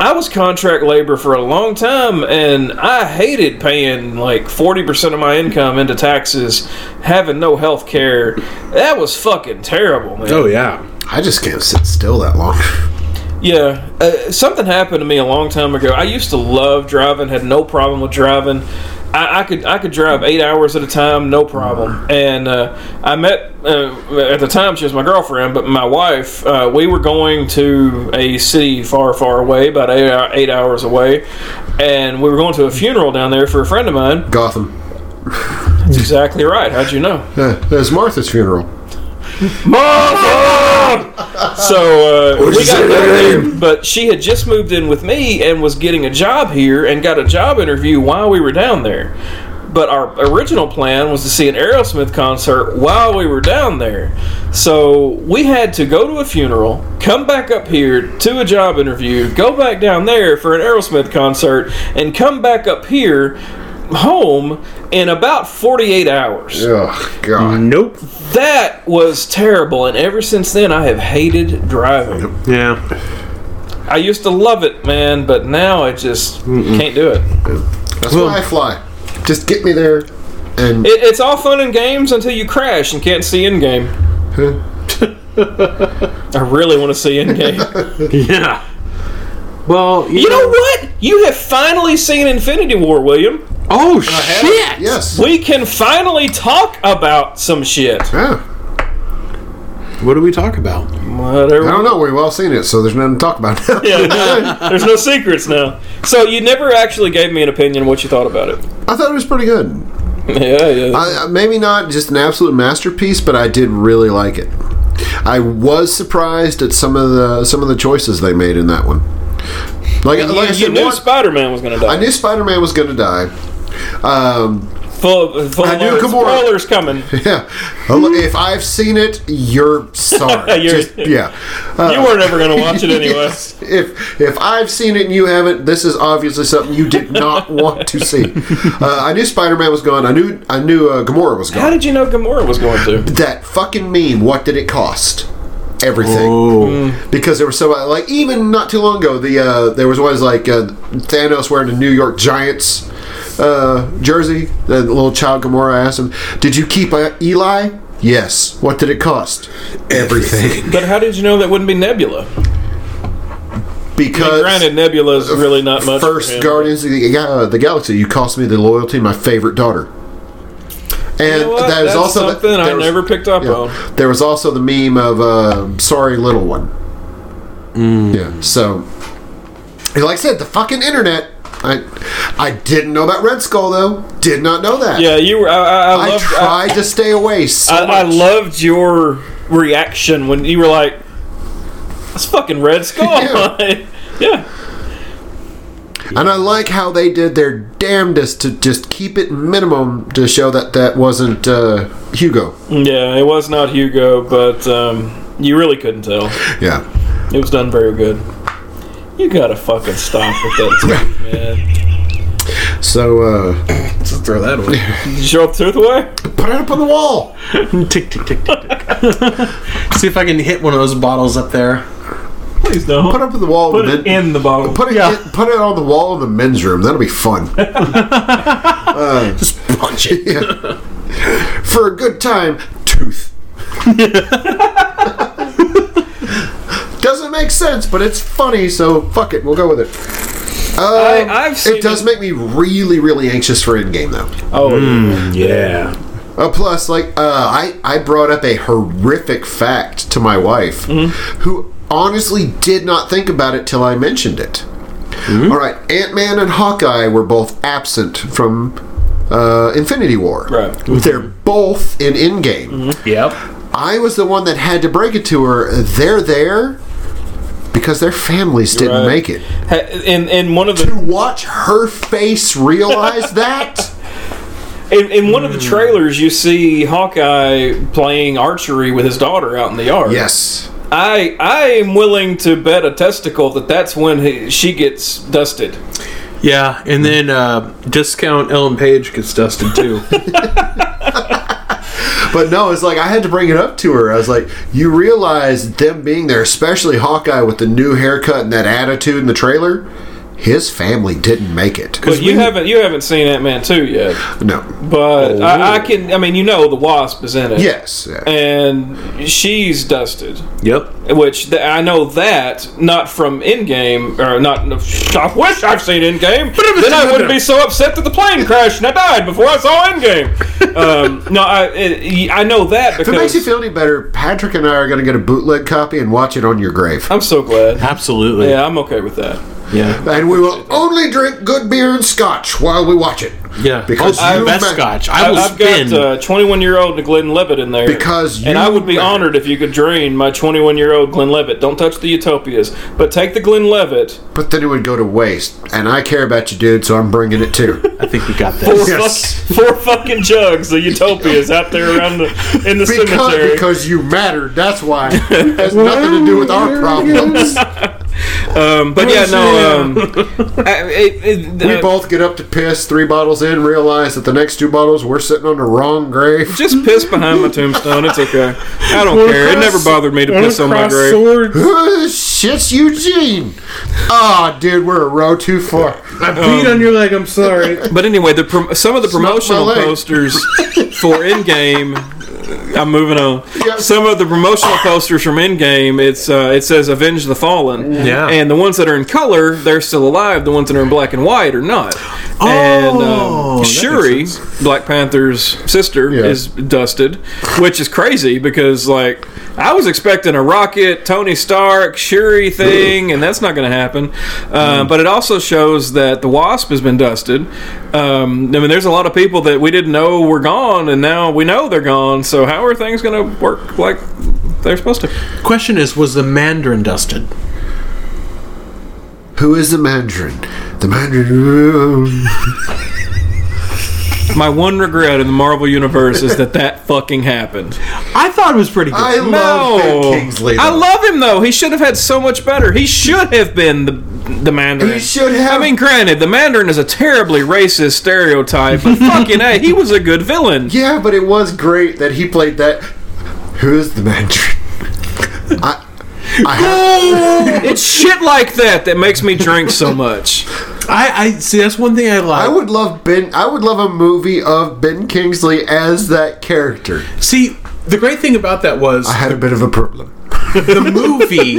S2: I was contract labor for a long time, and I hated paying like forty percent of my income into taxes, having no health care. That was fucking terrible, man.
S1: Oh yeah.
S4: I just can't sit still that long.
S2: Yeah, uh, something happened to me a long time ago. I used to love driving, had no problem with driving. I, I could I could drive eight hours at a time, no problem. And uh, I met uh, at the time she was my girlfriend, but my wife. Uh, we were going to a city far, far away, about eight, hou- eight hours away, and we were going to a funeral down there for a friend of mine.
S4: Gotham.
S2: That's exactly right. How'd you know?
S4: Uh, there's Martha's funeral.
S2: So uh, we
S4: you say
S2: got
S4: that
S2: down there, but she had just moved in with me and was getting a job here and got a job interview while we were down there. But our original plan was to see an Aerosmith concert while we were down there. So we had to go to a funeral, come back up here to a job interview, go back down there for an Aerosmith concert, and come back up here home in about 48 hours.
S4: Oh God.
S1: Nope.
S2: That was terrible, and ever since then I have hated driving.
S1: Yeah.
S2: I used to love it, man, but now I just can't do it.
S4: That's why I fly. Just get me there. And
S2: it. It's all fun and games until you crash and can't see in game. I really want to see in game.
S1: Yeah. Well,
S2: You know what? You have finally seen Infinity War, William.
S1: Oh shit!
S4: yes.
S2: We can finally talk about some shit.
S4: Yeah.
S1: What do we talk about?
S4: I
S2: Whatever.
S4: don't know. We've all seen it, so there's nothing to talk about. now.
S2: Yeah, no, there's no secrets now. So you never actually gave me an opinion what you thought about it.
S4: I thought it was pretty good.
S2: Yeah, yeah.
S4: I, I- maybe not just an absolute masterpiece, but I did really like it. I was surprised at some of the some of the choices they made in that one. Like,
S2: you
S4: like I
S2: you
S4: said,
S2: knew
S4: one-
S2: Spider Man was gonna die.
S4: I knew Spider Man was going to die. Um,
S2: full, full
S4: I knew
S2: load.
S4: Gamora.
S2: spoilers coming.
S4: yeah, Uh, if I've seen it, you're sorry.
S2: You're-
S4: Just- yeah, Uh,
S2: You weren't ever gonna watch it anyway.
S4: yes. If if I've seen it and you haven't, this is obviously something you did not want to see. Uh, I knew Spider Man was gone. I knew I knew uh, Gamora was
S2: How
S4: gone.
S2: did you know Gamora was going to?
S4: that fucking meme. What did it cost? Everything.
S1: Oh,
S4: because there was so like even not too long ago the uh, there was always like uh, Thanos wearing a New York Giants uh, jersey. The little child Gamora asked him, "Did you keep uh, Eli?" Yes. What did it cost? Everything.
S2: But how did you know that wouldn't be Nebula?
S4: Uh, because
S2: Granted, Nebula is really not much. for
S4: first
S2: him.
S4: Guardians of the, uh, the Galaxy, you cost me the loyalty of my favorite daughter.
S2: You
S4: And
S2: know what?
S4: that is
S2: That's
S4: also the-
S2: something I
S4: there was-
S2: never picked up
S4: Yeah.
S2: on.
S4: There was also the meme of uh, "Sorry, little one."
S2: Mm.
S4: Yeah. So, and like I said, the fucking internet. I I didn't know about Red Skull though. Did not know that.
S2: Yeah, you were. I, I, I
S4: I
S2: loved. I,
S4: tried to stay away. So
S2: I, I
S4: much.
S2: loved your reaction when you were like, "That's fucking Red Skull."
S4: Yeah.
S2: yeah.
S4: and I like how they did their damnedest to just keep it minimum to show that that wasn't uh, Hugo.
S2: Yeah, it was not Hugo, but um, you really couldn't tell.
S4: Yeah.
S2: It was done very good. You gotta fucking stop with that, tweet, man.
S4: So uh,
S1: let's throw that away.
S2: Did you throw the tooth away?
S4: put it up on the wall.
S1: tick tick tick tick tick. See if I can hit one of those bottles up there.
S2: Please don't.
S4: Put it up on the wall.
S2: Put
S4: and
S2: it
S4: then-
S2: in the bottle.
S4: Put it, put it on the wall in the men's room. That'll be fun. Uh,
S1: Just punch it.
S4: Yeah. For a good time, tooth. Doesn't make sense, but it's funny, so fuck it. We'll go with it. Um,
S2: I've seen
S4: it does
S2: it-
S4: make me really, really anxious for Endgame, though.
S2: Oh,
S1: Yeah.
S4: Uh, plus, like, uh, I I brought up a horrific fact to my wife,
S2: Mm-hmm.
S4: who honestly did not think about it till I mentioned it.
S2: Mm-hmm.
S4: All right, Ant Man and Hawkeye were both absent from uh, Infinity War.
S2: Right. Mm-hmm.
S4: They're both in Endgame.
S1: Yep.
S4: I was the one that had to break it to her. They're there because their families didn't
S2: Right.
S4: make it.
S2: Ha- And and one of the
S4: To watch her face realize that.
S2: In, in one of the trailers, you see Hawkeye playing archery with his daughter out in the yard.
S4: Yes.
S2: I I am willing to bet a testicle that that's when he, she gets dusted.
S1: Yeah, and then uh, discount Ellen Page gets dusted too.
S4: But no, it's like I had to bring it up to her. I was like, you realize them being there, especially Hawkeye with the new haircut and that attitude in the trailer, his family didn't make it.
S2: But you haven't you haven't seen Ant Man two yet.
S4: No.
S2: But I, I
S1: really?
S2: can I mean you know the Wasp is in it.
S4: Yes.
S2: And she's dusted,
S1: yep.
S2: which th- I know that not from Endgame or not. no, I wish I've seen Endgame. Then I wouldn't be so upset that the plane crashed and I died before I saw Endgame. Um, no, I it, I know that
S4: If it makes you
S2: because
S4: feel any better, Patrick and I are going to get a bootleg copy and watch it on your grave.
S2: I'm so glad.
S1: Absolutely.
S2: Yeah, I'm okay with that.
S1: Yeah.
S4: And we will only drink good beer and scotch while we watch it.
S1: Yeah.
S4: Because
S1: oh,
S4: you
S1: the best
S4: ma-
S1: scotch. I uh, will
S2: I've
S1: spin.
S2: got 21 year old Glenn Levitt in there.
S4: Because
S2: and
S4: you
S2: I would be
S4: were-
S2: honored if you could drain my 21 year old Glenn Levitt. Don't touch the Utopias, but take the Glenn Levitt.
S4: But then it would go to waste. And I care about you, dude, so I'm bringing it too.
S1: I think we got
S2: Four,
S1: this.
S4: Yes.
S2: fuck, four fucking jugs of Utopias out there around the in the
S4: because,
S2: cemetery.
S4: because you mattered. That's why. It has nothing to do with our problems.
S2: um, but yeah, no. Um, I- it- it-
S4: We
S2: uh,
S4: both get up to piss three bottles in, realize that the next two bottles we're sitting on the wrong grave.
S2: just piss behind my tombstone. It's okay. I don't care. It never bothered me to piss on my grave.
S1: sword.
S4: Shit's Eugene. Ah, dude, we're a row too far.
S1: I peed on your leg. I'm sorry.
S2: But anyway, the prom- some of the promotional
S4: leg.
S2: posters for Endgame. uh, I'm moving on.
S4: Yep.
S2: Some of the promotional posters from Endgame, it's uh, it says "Avenge the Fallen,"
S1: Yeah.
S2: and the ones that are in color, they're still alive. The ones that are in black and white are not.
S1: Oh,
S2: and um,
S1: that
S2: Shuri,
S1: makes
S2: Black Panther's sister,
S4: Yeah.
S2: is dusted, which is crazy because like I was expecting a Rocket, Tony Stark, Shuri thing, and that's not going to happen. Uh, But it also shows that the Wasp has been dusted. Um, I mean, there's a lot of people that we didn't know were gone, and now we know they're gone. So how are things going to work like they're supposed to?
S1: Question is, was the Mandarin dusted?
S4: Who is the Mandarin? The Mandarin.
S2: My one regret in the Marvel universe is that that fucking happened.
S1: I thought it was pretty good.
S4: I love Ben Kingsley.
S2: I
S4: though.
S2: love him though. He should have had so much better. He should have been the the Mandarin.
S4: He should have.
S2: I mean, granted, the Mandarin is a terribly racist stereotype, but fucking a, he was a good villain.
S4: Yeah, but it was great that he played that. Who's the Mandarin? I, I have,
S2: It's shit like that that makes me drink so much.
S1: I, I see. That's one thing I like.
S4: I would love Ben. I would love a movie of Ben Kingsley as that character.
S1: see. The great thing about that was
S4: I had a bit of a problem.
S1: the movie.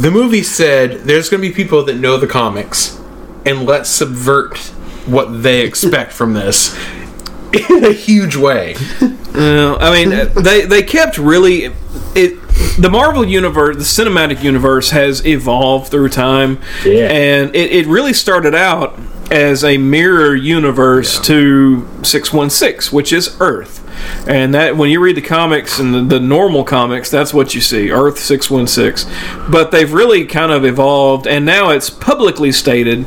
S1: the movie said there's going to be people that know the comics, and let's subvert what they expect from this in a huge way.
S2: No, I mean, uh, they they kept really it. The Marvel universe, the cinematic universe, has evolved through time,
S1: Yeah.
S2: and it, it really started out as a mirror universe to six one six, which is Earth. And that when you read the comics and the, the normal comics, that's what you see Earth six one six. But they've really kind of evolved, and now it's publicly stated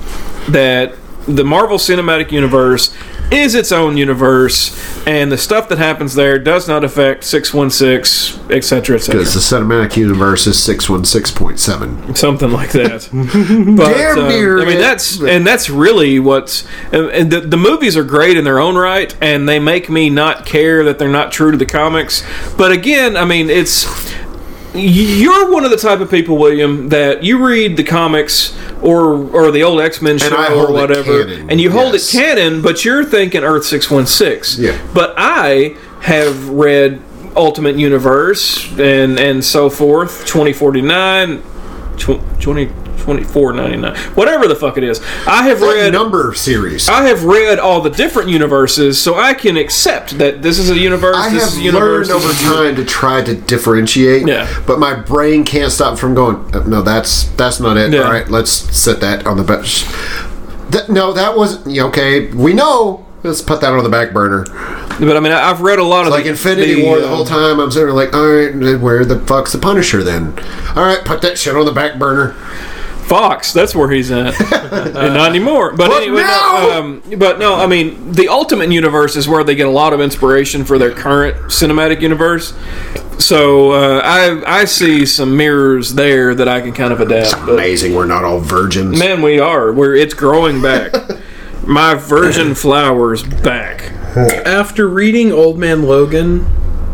S2: that the Marvel Cinematic Universe is its own universe, and the stuff that happens there does not affect 616, etc., etc.
S4: Because the cinematic universe is six one six point seven.
S2: Something like that. but,
S4: Damn
S2: um,
S4: near
S2: I mean,
S4: it.
S2: that's and that's really what's. And, and the, the movies are great in their own right, and they make me not care that they're not true to the comics. But again, I mean, it's you're one of the type of people, William, that you read the comics or or the old X Men show
S4: I
S2: or
S4: hold it
S2: whatever,
S4: canon,
S2: and you hold
S4: yes.
S2: it canon, but you're thinking Earth six one six.
S4: Yeah.
S2: But I have read Ultimate Universe and and so forth, twenty forty nine, twenty twenty-four ninety-nine, whatever the fuck it is. I have
S4: That
S2: read
S4: number series.
S2: I have read all the different universes, so I can accept that this is a universe.
S4: I
S2: this
S4: have
S2: is a universe.
S4: learned over
S2: this is a-
S4: time to try to differentiate,
S2: Yeah.
S4: but my brain can't stop from going. "Uh, No, that's that's not it.
S2: Yeah.
S4: All right, let's set that on the bench. That, no, that wasn't yeah, okay. We know. Let's put that on the back burner.
S2: But I mean, I- I've read a lot of
S4: Like
S2: the-
S4: Infinity War, the
S2: uh,
S4: whole time I'm sort of like, all right, where the fuck's the Punisher then? All right, put that shit on the back burner.
S2: Fox. That's where he's at, and not anymore. But
S4: But
S2: anyway,
S4: now-
S2: no, um, but no, I mean, the Ultimate Universe is where they get a lot of inspiration for their current cinematic universe. So uh, I I see some mirrors there that I can kind of adapt. But
S4: Amazing, we're not all virgins.
S2: man, we are where it's growing back. My virgin flowers back.
S1: After reading Old Man Logan,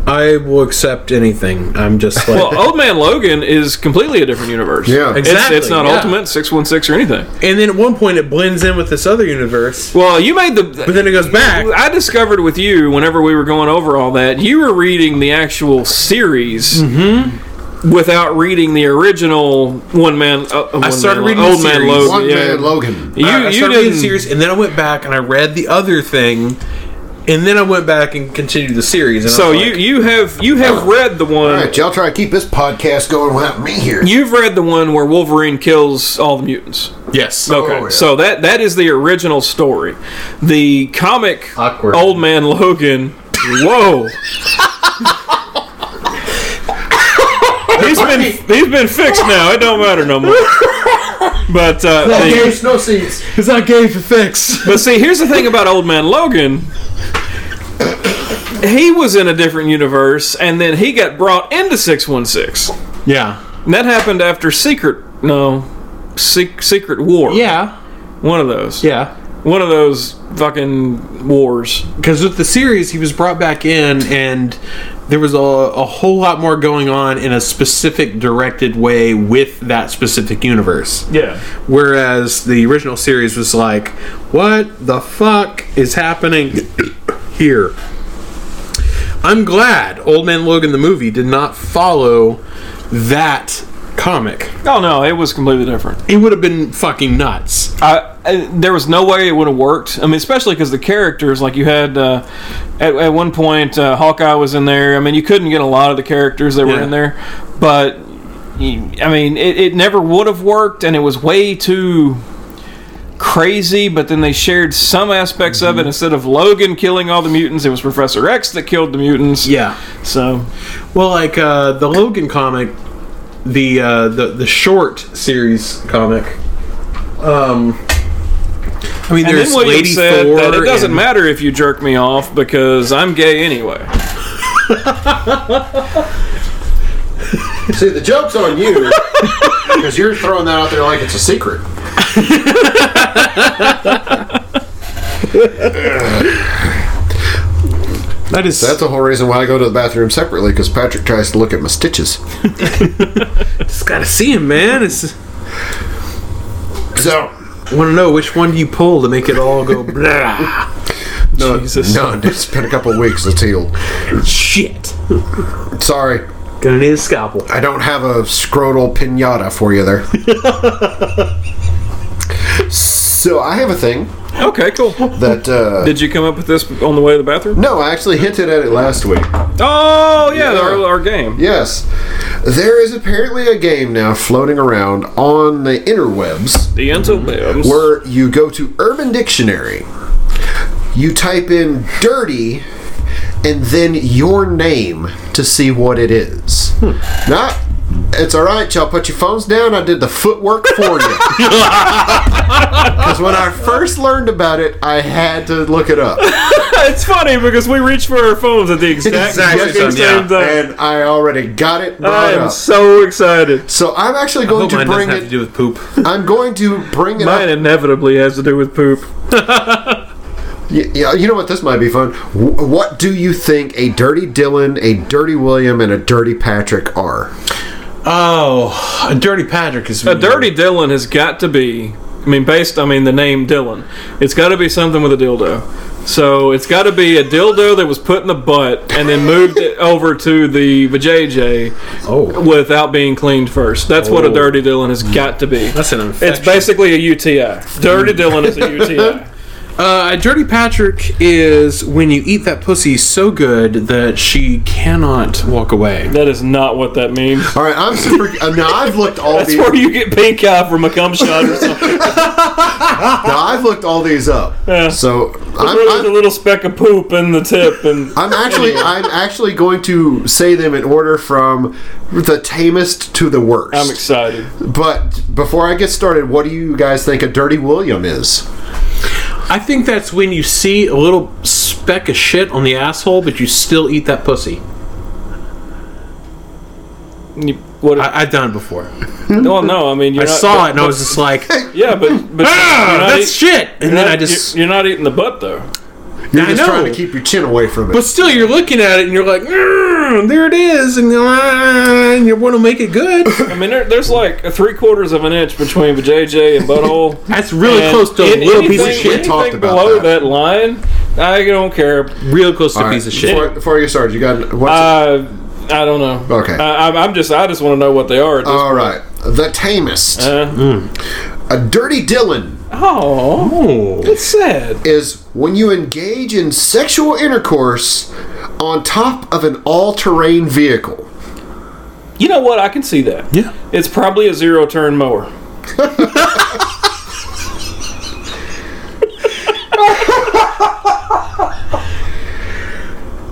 S1: I will accept anything. I'm just like,
S2: Well, Old Man Logan is completely a different universe.
S4: Yeah.
S2: It's-
S1: Exactly,
S2: It's, not
S1: yeah.
S2: Ultimate Six One Six or anything.
S1: and then at one point it blends in with this other universe,
S2: Well, you made the
S1: but then it goes back.
S2: I discovered with you whenever we were going over all that, you were reading the actual series
S4: Mm-hmm.
S2: without reading the original one man. Uh, one
S1: started
S2: man,
S1: reading
S2: Old
S1: the
S2: Man
S1: series.
S2: Logan.
S4: One
S2: yeah.
S4: man, Logan.
S2: You,
S1: I- I
S2: you
S1: started reading
S2: didn't.
S1: the series, and then I went back and I read the other thing, and then I went back and continued the series. And I
S2: So
S1: was
S2: you
S1: like,
S2: you have you have read the one.
S4: Oh. All right, y'all try to keep this podcast going without me here.
S2: You've read the one where Wolverine kills all the mutants.
S1: yes,
S2: Okay, so that that is the original story. The comic
S1: Awkward.
S2: Old Man Logan. Whoa. he's been he's been fixed now. It don't matter no more. But uh, the-
S4: no seats.
S1: because I gave a fix.
S2: but see, here's the thing about Old Man Logan. He was in a different universe, and then he got brought into six one six.
S1: yeah,
S2: And that happened after Secret no, Sec- Secret War.
S1: yeah,
S2: one of those.
S1: yeah.
S2: one of those fucking wars.
S1: Because with the series, he was brought back in, and there was a, a whole lot more going on in a specific directed way with that specific universe.
S2: Yeah.
S1: Whereas the original series was like, what the fuck is happening here? I'm glad Old Man Logan the movie did not follow that comic.
S2: Oh no, it was completely different.
S1: It would have been fucking nuts.
S2: I, I, there was no way it would have worked. I mean, especially because the characters, like you had uh, at, at one point, uh, Hawkeye was in there. I mean, you couldn't get a lot of the characters that were
S1: Yeah.
S2: in there, but you- I mean, it, it never would have worked, and it was way too crazy. But then they shared some aspects of
S1: Mm-hmm.
S2: it. Instead of Logan killing all the mutants, it was Professor X that killed the mutants.
S1: Yeah.
S2: So
S1: Well, like uh, the Logan comic, the uh, the the short series comic. Um, I mean,
S2: And
S1: there's
S2: then William
S1: Lady
S2: said
S1: Thor.
S2: that it doesn't
S1: and-
S2: matter if you jerk me off because I'm gay anyway.
S4: See, the joke's on you because you're throwing that out there like it's a secret.
S1: That is
S4: That's the whole reason why I go to the bathroom separately because Patrick tries to look at my stitches.
S1: just gotta see him, man. It's
S4: So,
S1: want to know which one do you pull to make it all go blah.
S4: no,
S2: Jesus.
S4: no, dude, it's been a couple weeks. It's healed.
S1: Shit,
S4: Sorry,
S1: gonna need a scalpel.
S4: I don't have a scrotal pinata for you there. so I have a thing
S2: Okay, cool.
S4: that uh,
S2: Did you come up with this on the way to the bathroom?
S4: no, I actually hinted at it last week.
S2: Oh yeah,
S4: Yeah.
S2: Our, our game.
S4: Yes, there is apparently a game now floating around on the interwebs.
S2: The interwebs.
S4: where you go to Urban Dictionary, you type in dirty, and then your name to see what it is.
S1: Hmm.
S4: Not. It's all right, y'all. Put your phones down. I did the footwork for you. Because when I first learned about it, I had to look it up.
S2: it's funny because we reach for our phones at the exact,
S4: Exactly,
S2: fucking
S1: son, yeah.
S2: same time.
S4: and I already got it
S2: I
S4: brought
S2: am
S4: up.
S2: so excited.
S4: So I'm actually going
S1: Hope
S4: to
S1: mine
S4: bring
S1: doesn't have to
S4: it.
S1: do with poop.
S4: I'm going to bring it
S2: Mine
S4: up.
S2: inevitably has to do with poop.
S4: Y- Yeah, you know what? This might be fun. Wh- What do you think a dirty Dylan, a dirty William, and a dirty Patrick are?
S1: Oh, a dirty Patrick is
S2: A dirty Dylan has got to be. I mean, based. I mean, the name Dylan. It's got to be something with a dildo. So it's got to be a dildo that was put in the butt and then moved it over to the vajayjay
S1: Oh,
S2: without being cleaned first. That's what a
S1: Oh.
S2: dirty Dylan has got to be.
S1: that's an
S2: It's
S1: infection.
S2: basically a UTI. Dirty Dylan is a UTI.
S1: Uh, Dirty Patrick is when you eat that pussy so good that she cannot walk away.
S2: That is not what that means.
S4: All right, I'm super. Uh, now I've looked all
S2: That's
S4: these.
S2: where you get pink eye from a cum shot or something.
S4: Now I've looked all these up. So
S2: Where there's
S4: I'm,
S2: a
S4: I'm,
S2: little speck of poop in the tip, and
S4: I'm actually I'm actually going to say them in order from the tamest to the worst.
S2: I'm excited.
S4: but before I get started, what do you guys think a dirty William is?
S1: I think that's when you see a little speck of shit on the asshole, but you still eat that pussy.
S2: You- What?
S1: I, I've done it before.
S2: well, no, I mean you're
S1: I
S2: not,
S1: saw it and I was just like,
S2: Yeah, but, but you're
S1: ah,
S2: not
S1: that's
S2: eat-
S1: shit. And
S2: you're
S1: then
S2: not-
S1: I just.
S2: you're, you're not eating the butt though.
S4: You're
S1: I
S4: just
S1: know.
S4: trying to keep your chin away from it.
S1: But still, you're looking at it and you're like, "Mm, there it is, and, uh, and you want to make it good.
S2: I mean, there, there's like a three quarters of an inch between JJ and butthole.
S1: That's really
S2: And
S1: close to a
S2: an-
S1: little piece of
S2: anything-
S1: shit.
S4: We talked
S2: anything
S4: about
S2: below
S4: that.
S2: that. line, I don't care.
S1: Real close to
S4: All
S1: a
S4: right,
S1: piece of shit.
S4: Before, before I get started, you got what's
S2: I I don't know.
S4: Okay. Uh,
S2: I, I'm- I'm just I just want to know what they are. at this-
S4: all right. The tamest,
S2: Uh,
S4: a dirty Dylan
S2: oh,
S1: Oh.
S2: it's sad.
S4: is when you engage in sexual intercourse on top of an all-terrain vehicle.
S2: You know what? I can see that.
S1: Yeah.
S2: It's probably a zero turn mower.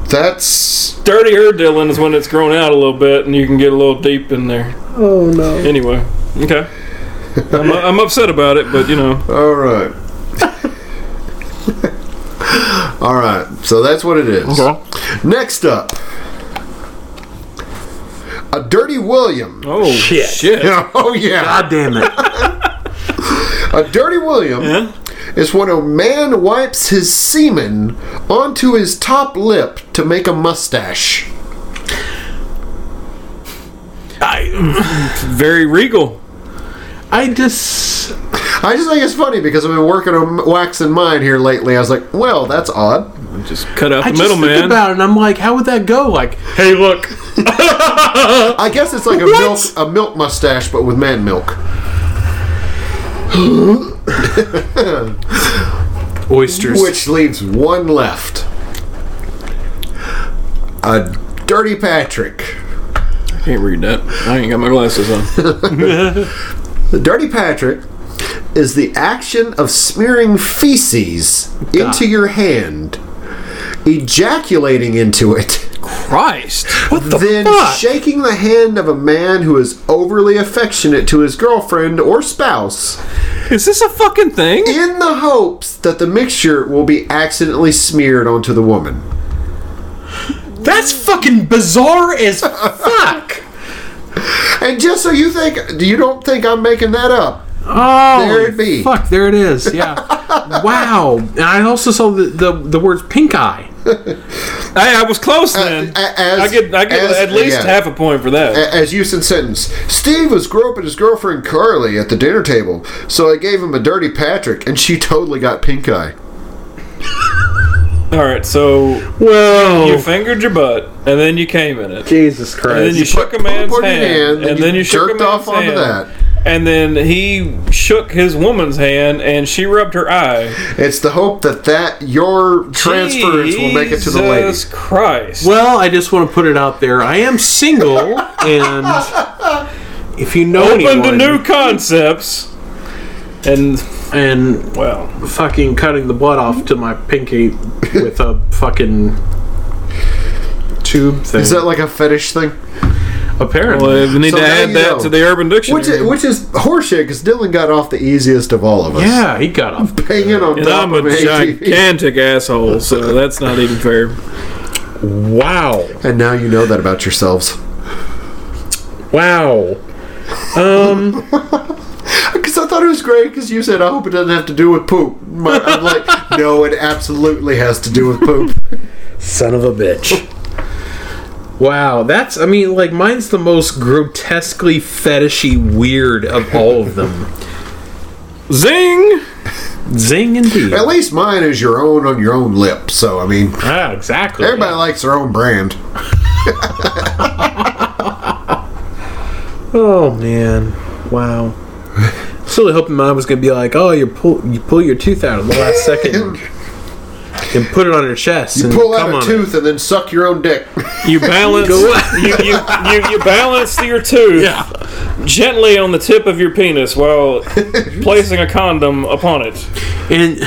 S4: That's
S2: Dirtier Dylan is when it's grown out a little bit and you can get a little deep in there. Oh no. Anyway, okay. I'm, uh, I'm upset about it, but you know.
S4: all right. all right. So that's what it is. Next up, a dirty William.
S2: Oh shit!
S4: Yeah, Oh yeah,
S1: God damn it.
S4: a dirty William is when a man wipes his semen onto his top lip to make a mustache.
S2: Very regal.
S1: I just.
S4: I just think it's funny because I've been working on waxing mine here lately. I was like, well, that's odd.
S2: Just cut out
S1: I
S2: the
S1: just think
S2: middleman.
S1: about it and I'm like, how would that go? Like, hey, look.
S4: I guess it's like a milk
S1: What?
S4: a milk mustache, but with man milk.
S1: Oysters.
S4: Which leaves one left. A dirty Patrick.
S2: I can't read that. I ain't got my glasses on.
S4: The dirty Patrick is the action of smearing feces into your hand, ejaculating into it.
S2: Christ! What the?
S4: then shaking the hand of a man who is overly affectionate to his girlfriend or spouse
S2: Is this a fucking thing?
S4: in the hopes that the mixture will be accidentally smeared onto the woman.
S1: That's fucking bizarre as fuck.
S4: And just so you think, you don't think I'm making that up.
S1: Oh,
S4: There it be.
S1: fuck! There it is. Yeah. wow. And I also saw the, the the words pink eye.
S2: Hey, I was close then.
S4: Uh, a- as-
S2: I get I get
S4: as-
S2: at least
S4: yeah.
S2: half a point for that.
S4: A- As used in sentence, Steve was groping his girlfriend Carly at the dinner table, so I gave him a dirty Patrick, and she totally got pink eye.
S2: All right, so you
S1: Whoa.
S2: fingered your butt and then you came in it.
S1: Jesus
S2: And then
S1: Christ.
S2: you shook a man's
S4: put it
S2: hand,
S4: in,
S2: and then you shook a
S4: jerked
S2: man's
S4: off onto
S2: hand,
S4: that.
S2: and then he shook his woman's hand, and she rubbed her eye.
S4: It's the hope that that your transference will make it to the lady.
S2: Jesus Christ!
S1: Well, I just want to put it out there. I am single, and if you know
S2: Open
S1: anyone,
S2: to new concepts, and
S1: and
S2: well,
S1: fucking cutting the blood off to my pinky with a fucking tube thing.
S4: Is that like a fetish thing?
S1: Apparently,
S2: well we need
S4: So
S2: to
S4: now
S2: add
S4: you
S2: that
S4: know.
S2: to the Urban Dictionary.
S4: Which is, which is horseshit because Dylan got off the easiest of all of us.
S1: yeah, he got off.
S4: Hanging on
S2: and
S4: top
S2: I'm a
S4: of ATV.
S2: gigantic asshole, so that's not even fair.
S1: Wow.
S4: And now you know that about yourselves.
S1: Wow.
S4: Because I thought it was great because you said, I hope it doesn't have to do with poop. My, I'm like, no, it absolutely has to do with poop.
S1: Son of a bitch. Wow, that's I mean like mine's the most grotesquely fetishy weird of all of them.
S2: Zing!
S1: Zing indeed.
S4: At least mine is your own on your own lip. So I mean,
S1: Ah, exactly.
S4: everybody likes their own brand.
S1: Oh man, wow. I was really hoping mine was gonna be like, oh, you pull you pull your tooth out at the last second and, and put it on your chest.
S4: You
S1: and
S4: pull
S1: come
S4: out a
S1: on
S4: tooth and then suck your own dick.
S2: You balance you, you, you, you balance your tooth gently on the tip of your penis while placing a condom upon it.
S1: It. And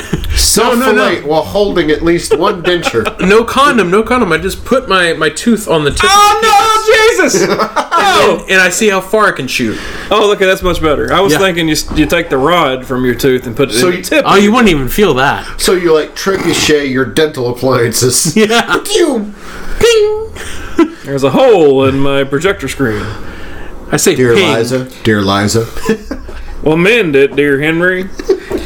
S4: Self
S1: no, no.
S4: filate while holding at least one denture.
S1: no condom, no condom. I just put my my tooth on the tip,
S2: Oh no, Jesus! No.
S1: and I see how far I can shoot.
S2: Oh, look, that's much better. I was
S1: Yeah.
S2: thinking you, s- you take the rod from your tooth and put it
S4: So
S2: in
S4: you-
S2: your tip.
S1: Oh, you wouldn't even feel that.
S4: So you like trebuchet your dental appliances.
S1: Yeah.
S4: Phew.
S2: There's a hole in my projector screen.
S1: I say,
S4: Dear
S1: ping.
S4: Liza, dear Liza.
S2: Well, mend it, dear Henry.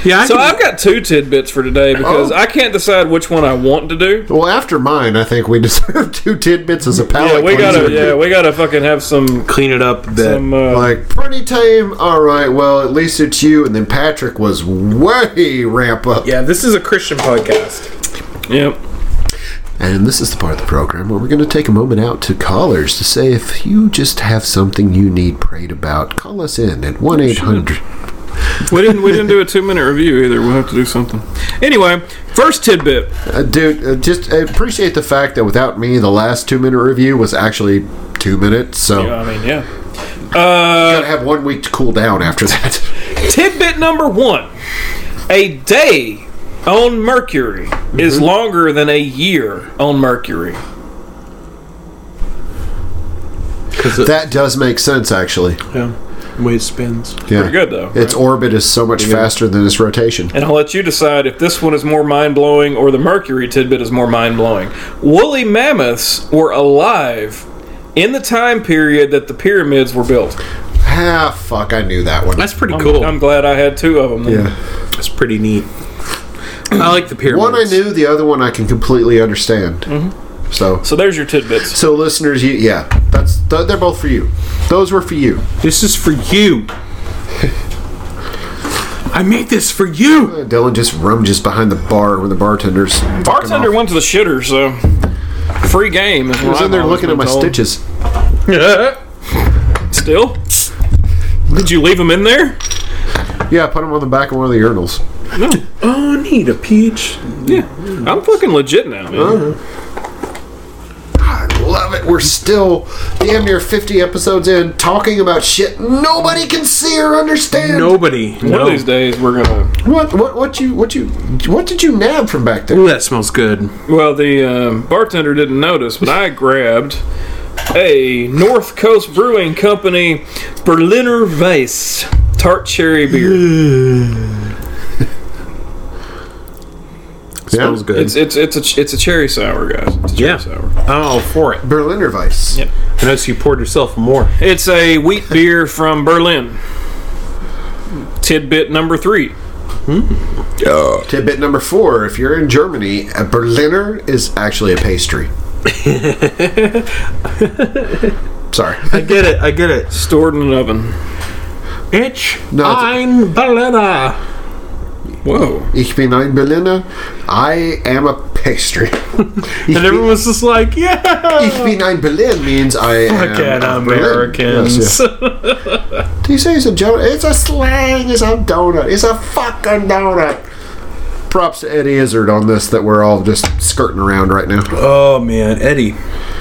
S1: Yeah. I
S2: So
S1: can-
S2: I've got two tidbits for today because
S4: Oh.
S2: I can't decide which one I want to do.
S4: Well, after mine, I think we deserve two tidbits as a palate.
S2: Yeah, we gotta.
S4: cleanser.
S2: Yeah, we gotta fucking have some.
S1: clean it up. That
S2: Some. Uh,
S4: Like pretty tame. All right. Well, at least it's you. And then Patrick was way ramp up.
S1: yeah, this is a Christian podcast.
S2: Yep.
S4: And this is the part of the program where we're going to take a moment out to callers to say if you just have something you need prayed about, call us in at one eight hundred.
S2: We didn't. We didn't do a two-minute review either. We'll have to do something. Anyway, first tidbit.
S4: Uh, dude, uh, just I appreciate the fact that without me, the last two minute review was actually two minutes. So
S2: I mean, yeah. Uh,
S4: gotta have one week to cool down after that.
S2: tidbit number one: A day on Mercury
S4: Mm-hmm.
S2: is longer than a year on Mercury.
S4: that does make sense, actually.
S1: Yeah. Way it spins.
S4: Yeah.
S2: Pretty good though.
S4: Its orbit is so much faster than its rotation.
S2: and I'll let you decide if this one is more mind blowing or the Mercury tidbit is more mind blowing. Woolly mammoths were alive in the time period that the pyramids were built.
S4: Ah, fuck! I knew that one.
S1: That's pretty cool.
S2: I'm glad I had two of them. then.
S4: Yeah,
S1: That's pretty neat. I like the pyramids.
S4: one I knew, the other one I can completely understand. So,
S2: So there's your tidbits.
S4: so listeners, you, yeah, that's th- they're both for you. Those were for you.
S1: This is for you. I made this for you.
S4: Dylan just rummages behind the bar where the bartenders.
S2: Bartender went to the shitter, so free game.
S4: I was in there looking at my stitches.
S2: Still, did you leave them in there?
S4: Yeah, I put them on the back of one of the urinals.
S2: No.
S1: Oh, I need a peach.
S2: Yeah, I'm fucking legit now, man.
S4: I love it. We're still damn near 50 episodes in talking about shit nobody can see or understand.
S1: Nobody.
S2: One
S1: no.
S2: of these days we're gonna.
S4: What what what you what you what did you nab from back there?
S1: Ooh, that smells good.
S2: Well, the um, bartender didn't notice, but I grabbed a North Coast Brewing Company Berliner Weiss tart cherry beer.
S1: Smells good.
S2: It's it's it's a ch- it's a cherry sour, guys. It's a cherry
S1: yeah.
S2: sour.
S1: I'm all Oh, for it.
S4: Berliner Weiss.
S2: Yeah.
S1: I noticed you poured yourself more.
S2: It's a wheat beer from Berlin. Tidbit number three.
S4: Tidbit number four: If you're in Germany, a Berliner is actually a pastry. Sorry,
S1: I get it. I get it.
S2: Stored in an oven.
S1: Itch.
S4: No, it's-
S1: Ein Berliner.
S2: Whoa.
S4: ich bin ein Berliner. I am a pastry. Ich
S1: And
S4: bin,
S1: everyone's just like, yeah.
S4: ich bin ein Berlin means I am
S1: Fucking
S4: a Berlin.
S1: Americans.
S4: Yes, yeah. Do you say it's a joke? It's a slang. It's a donut. It's a fucking donut. Props to Eddie Izzard on this that we're all just skirting around right now.
S1: Oh, man. Eddie.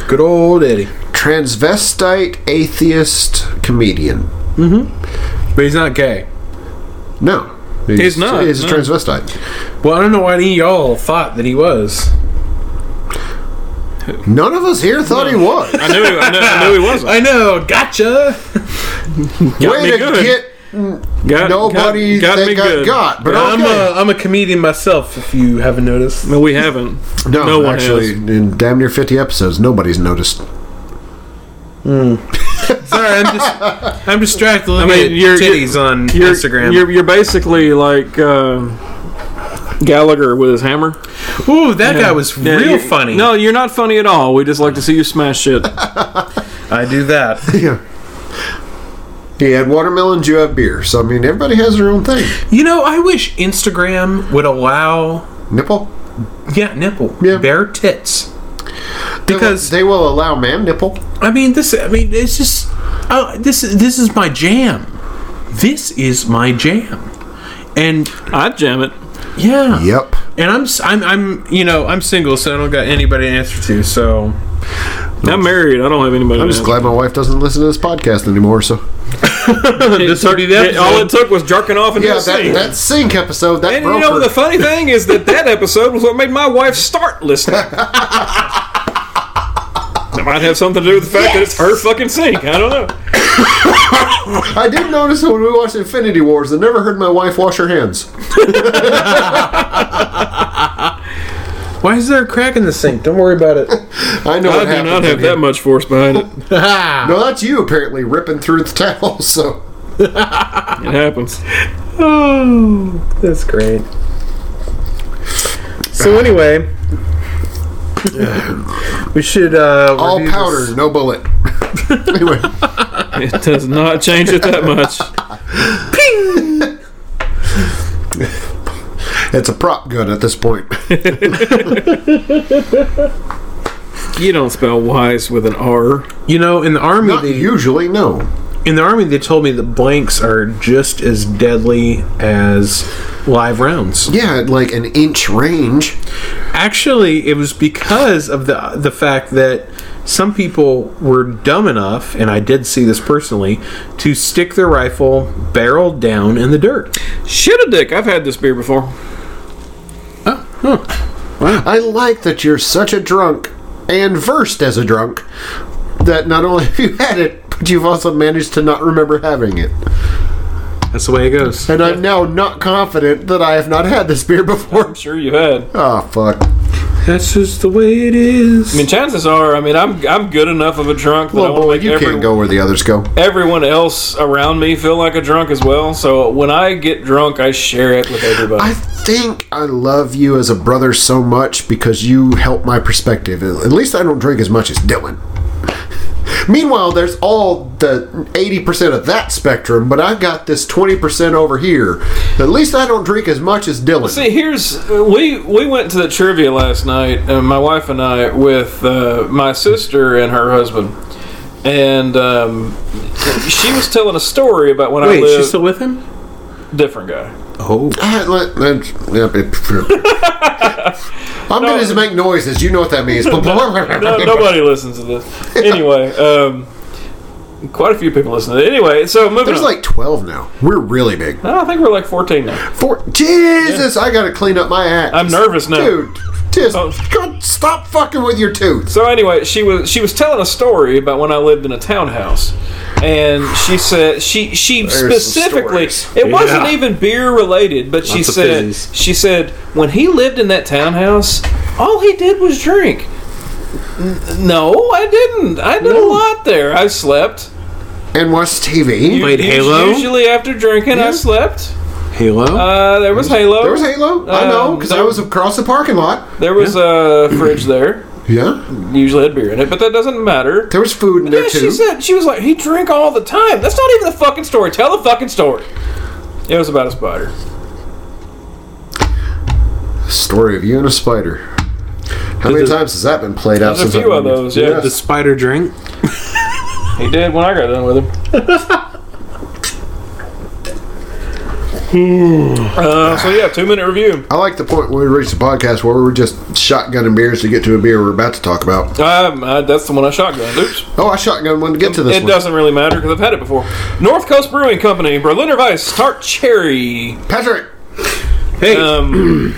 S1: Good old Eddie.
S4: transvestite atheist comedian.
S1: But he's not gay.
S4: No.
S2: He's not,
S4: He's a
S2: no.
S4: transvestite.
S1: Well, I don't know why any of y'all thought that he was.
S4: None of us here thought he was.
S2: I knew he, I knew, I knew he wasn't.
S1: I know. Gotcha.
S2: Got
S4: Way
S2: me
S4: to
S2: good.
S4: get
S2: Got- got-
S4: nobody
S2: got
S4: that
S2: me
S4: got
S2: good.
S4: got. But
S1: I'm,
S4: okay.
S1: a, I'm a comedian myself, if you haven't noticed.
S2: No, we haven't.
S4: no,
S2: no one
S4: actually, in damn near 50 episodes, nobody's noticed.
S1: Sorry, I'm just I'm distracted looking
S2: mean,
S1: at
S2: you're-
S1: titties on
S2: you're,
S1: Instagram.
S2: You're, you're basically like uh, Gallagher with his hammer.
S1: Ooh, that guy was
S2: Yeah,
S1: real
S2: you're-
S1: funny.
S2: No, you're not funny at all. We just like to see you smash shit.
S1: I do that.
S4: Yeah. He had watermelons, you have beer. So, I mean, everybody has their own thing.
S1: You know, I wish Instagram would allow
S4: Nipple?
S1: yeah nipple
S4: Yeah.
S1: bare tits.
S4: They will-
S1: Because-
S4: they will allow man nipple.
S1: I mean this. I mean it's just oh, this. This is my jam. This is my jam. And
S2: I'd jam it.
S1: yeah,
S4: Yep.
S1: And I'm s- I'm I'm you know I'm single, so I don't got anybody to answer to. So
S2: I'm married. I don't have anybody.
S4: I'm just glad my wife doesn't listen to this podcast anymore. So,
S1: this already
S2: It, all it took was jerking off and
S4: yeah,
S2: yeah,
S4: that, that sync episode, that
S2: And you
S4: broke
S2: know
S4: her.
S2: the funny thing is that that episode was what made my wife start listening. that might have something to do with the fact that it's her fucking sink. I don't know.
S4: I did notice when we watched Infinity Wars, I never heard my wife wash her hands.
S1: Why is there a crack in the sink? Don't worry about it.
S4: I know
S2: I do
S4: it happens
S2: not have
S4: in here.
S2: that much force behind it.
S1: Ah,
S4: No, that's you apparently ripping through the towel. So,
S2: It happens.
S1: oh, that's great. So anyway, we should uh,
S4: all
S1: review
S4: powder,
S1: this-
S4: no bullet. anyway,
S2: It does not change it that much.
S4: it's a prop gun at this point.
S2: You don't spell wise with an R.
S1: You know, in the army,
S4: Not
S1: they,
S4: usually, no.
S1: in the army, they told me that blanks are just as deadly as live rounds.
S4: Yeah, at like an inch range.
S1: Actually, it was because of the the fact that some people were dumb enough, and I did see this personally, to stick their rifle barrel down in the dirt.
S2: Shit a dick. I've had this beer before.
S4: I like that you're such a drunk and versed as a drunk that not only have you had it, but you've also managed to not remember having it.
S1: That's the way it goes.
S4: And I'm now not confident that I have not had this beer before.
S2: I'm sure you had.
S4: Ah, fuck.
S1: That's just the way it is.
S2: I mean, chances are, I mean, I'm I'm good enough of a drunk that I
S4: Well,
S2: want to
S4: boy,
S2: make
S4: you
S2: every-
S4: can't go where the others go.
S2: everyone else around me feel like a drunk as well. So when I get drunk, I share it with everybody.
S4: I think I love you as a brother so much because you help my perspective. At least I don't drink as much as Dylan. Meanwhile, there's all the 80% of that spectrum, but I've got this 20% over here. At least I don't drink as much as Dylan.
S2: See, here's we we went to the trivia last night, and my wife and I with uh, my sister and her husband, and um, she was telling a story about when I
S1: Wait,
S2: lived.
S1: she's still with him?
S2: different guy.
S1: Oh,
S4: I- let- let- yep, it- I'm going to just make noises. You know what that means.
S2: No, nobody listens to this. Anyway, um, quite a few people listen to it. Anyway, so moving
S4: There's
S2: on.
S4: like 12 now. We're really big.
S2: I don't think we're like fourteen now.
S4: Four, Jesus, I got to clean up my act.
S2: I'm nervous now.
S4: Dude, just
S2: Oh.
S4: God, stop fucking with your tooth.
S2: So anyway, she was she was telling a story about when I lived in a townhouse, and she said she she
S4: some
S2: specifically
S4: stories.
S2: it wasn't
S1: Yeah.
S2: even beer related, but she
S1: Lots of
S2: said
S1: fizzies.
S2: she said when he lived in that townhouse, all he did was drink. N- No, I didn't. I did a lot there. I slept.
S4: And watch TV.
S1: Played
S2: Us-
S1: Halo?
S2: Usually after drinking, I slept.
S1: Halo.
S2: Uh, there was Halo.
S4: there was Halo. I know,
S2: Um,
S4: because I
S2: there-
S4: was across the parking lot.
S2: There was a fridge there.
S4: Yeah.
S2: Usually had beer in it, but that doesn't matter.
S4: There was food in there,
S2: Yeah,
S4: too.
S2: she said she was like he drank all the time. That's not even the fucking story. Tell the fucking story. It was about a spider.
S4: Story of you and a spider. How many
S1: There's a-
S4: times has that been played out?
S2: There's
S4: Since
S2: a few
S4: I've
S2: of
S4: been-
S2: those. Yeah,
S1: the spider drink.
S2: he did when I got done with him. uh, so yeah, two minute review.
S4: I like the point when we reached the podcast where we were just shotgunning beers to get to a beer we're about to talk about.
S2: Um, uh, that's the one I shotgunned. Oops.
S4: Oh, I shotgun one to get to this
S2: It
S4: one.
S2: doesn't really matter because I've had it before. North Coast Brewing Company, Berliner Weiss, Tart Cherry.
S4: Patrick!
S1: Hey,
S2: Um,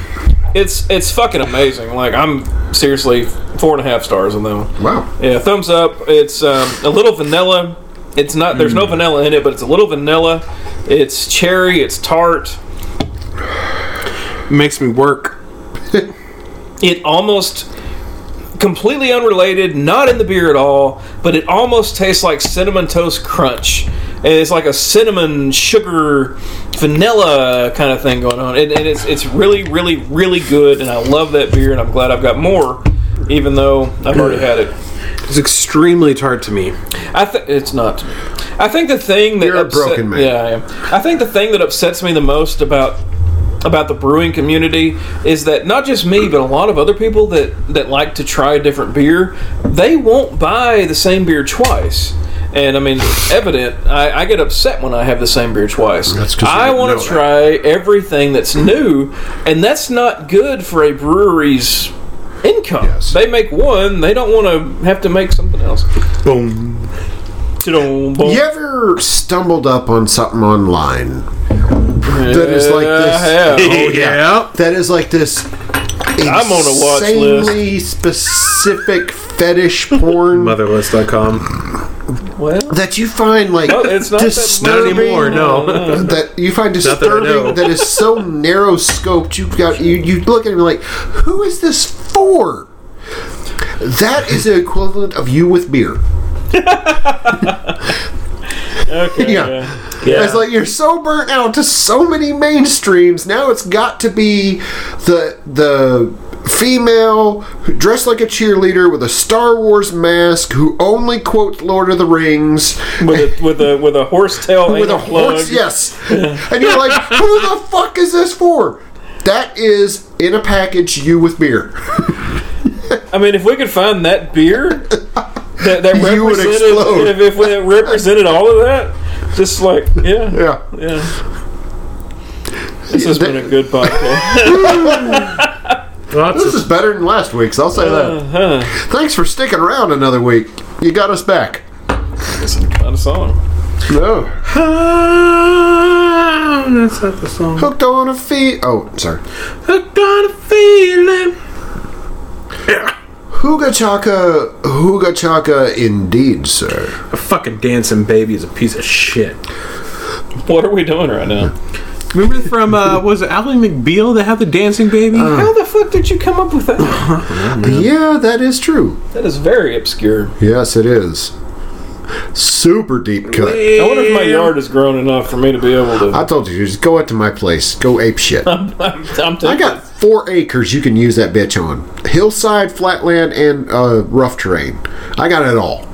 S2: it's it's fucking amazing. Like I'm seriously four and a half stars on that one.
S4: Wow.
S2: Yeah, thumbs up. It's um, a little vanilla. It's not. There's no vanilla in it, but it's a little vanilla. It's cherry. It's tart.
S1: makes me work.
S2: It almost completely unrelated. Not in the beer at all, but it almost tastes like cinnamon toast crunch. And it's like a cinnamon sugar vanilla kind of thing going on. And, and it's it's really really really good. And I love that beer. And I'm glad I've got more, even though I've already had it.
S1: It's extremely tart to me.
S2: I think it's not. I think the thing that
S4: You're a broken man.
S2: Yeah, I am. I think the thing that upsets me the most about about the brewing community is that not just me, but a lot of other people that that like to try a different beer, they won't buy the same beer twice. And I mean, it's evident. I, I get upset when I have the same beer twice.
S4: That's 'cause you
S2: I
S4: don't
S2: want
S4: know
S2: to
S4: it.
S2: try everything that's new, and that's not good for a brewery's income.
S4: Yes.
S2: They make one, they don't want to have to make something else.
S1: Boom.
S2: Boom, boom.
S4: You ever stumbled up on something online that is like
S2: Yeah, I have.
S4: this?
S1: Oh, yeah.
S4: That is like this.
S2: I'm on a watch list.
S4: insanely specific fetish porn
S1: Motherless.com.
S2: Well,
S4: that you find like
S2: No, it's not that-
S1: Not
S4: disturbing.
S1: anymore, no.
S4: that you find
S1: that I
S4: disturbing
S1: know.
S4: that is so narrow scoped. You've got you you look at him like, who is this for? That is the equivalent of you with beer.
S2: okay.
S4: Yeah.
S2: yeah.
S1: Yeah.
S4: It's like you're so burnt out to so many mainstreams. Now it's got to be the the female who dressed like a cheerleader with a Star Wars mask who only quotes Lord of the Rings
S2: With a with a with a horse tail
S4: with
S2: anal
S4: a
S2: plug.
S4: horse. Yes, and you're like, who the fuck is this for? That is in a package. You with beer.
S2: I mean, if we could find that beer that, that
S4: You would
S2: represented
S4: explode.
S2: if if it represented all of that, just like yeah, yeah.
S4: Yeah.
S2: This has been a good podcast.
S1: Lots
S4: This
S1: of
S4: is better than last week's, I'll say
S2: Uh.
S4: that.
S2: Uh-huh.
S4: Thanks for sticking around another week. You got us back.
S2: Not a song.
S4: No.
S1: Ah, that's not the song.
S4: Hooked on a fee. Oh, sorry.
S1: Hooked on a feeling.
S4: Hooga Chaka, Hooga Chaka, indeed, sir.
S1: A fucking dancing baby is a piece of shit.
S2: What are we doing right now?
S1: Remember from uh, was it Ally McBeal that had the dancing baby?
S2: How the fuck did you come up with that?
S4: Yeah, that is true.
S2: That is very obscure.
S4: Yes, it is. Super deep cut.
S2: I wonder if my yard is grown enough for me to be able to.
S4: I told you, just go out to my place. Go ape shit.
S2: I'm, I'm
S4: I
S2: taking-
S4: got four acres you can use that bitch on. Hillside, flatland, and uh, rough terrain. I got it all.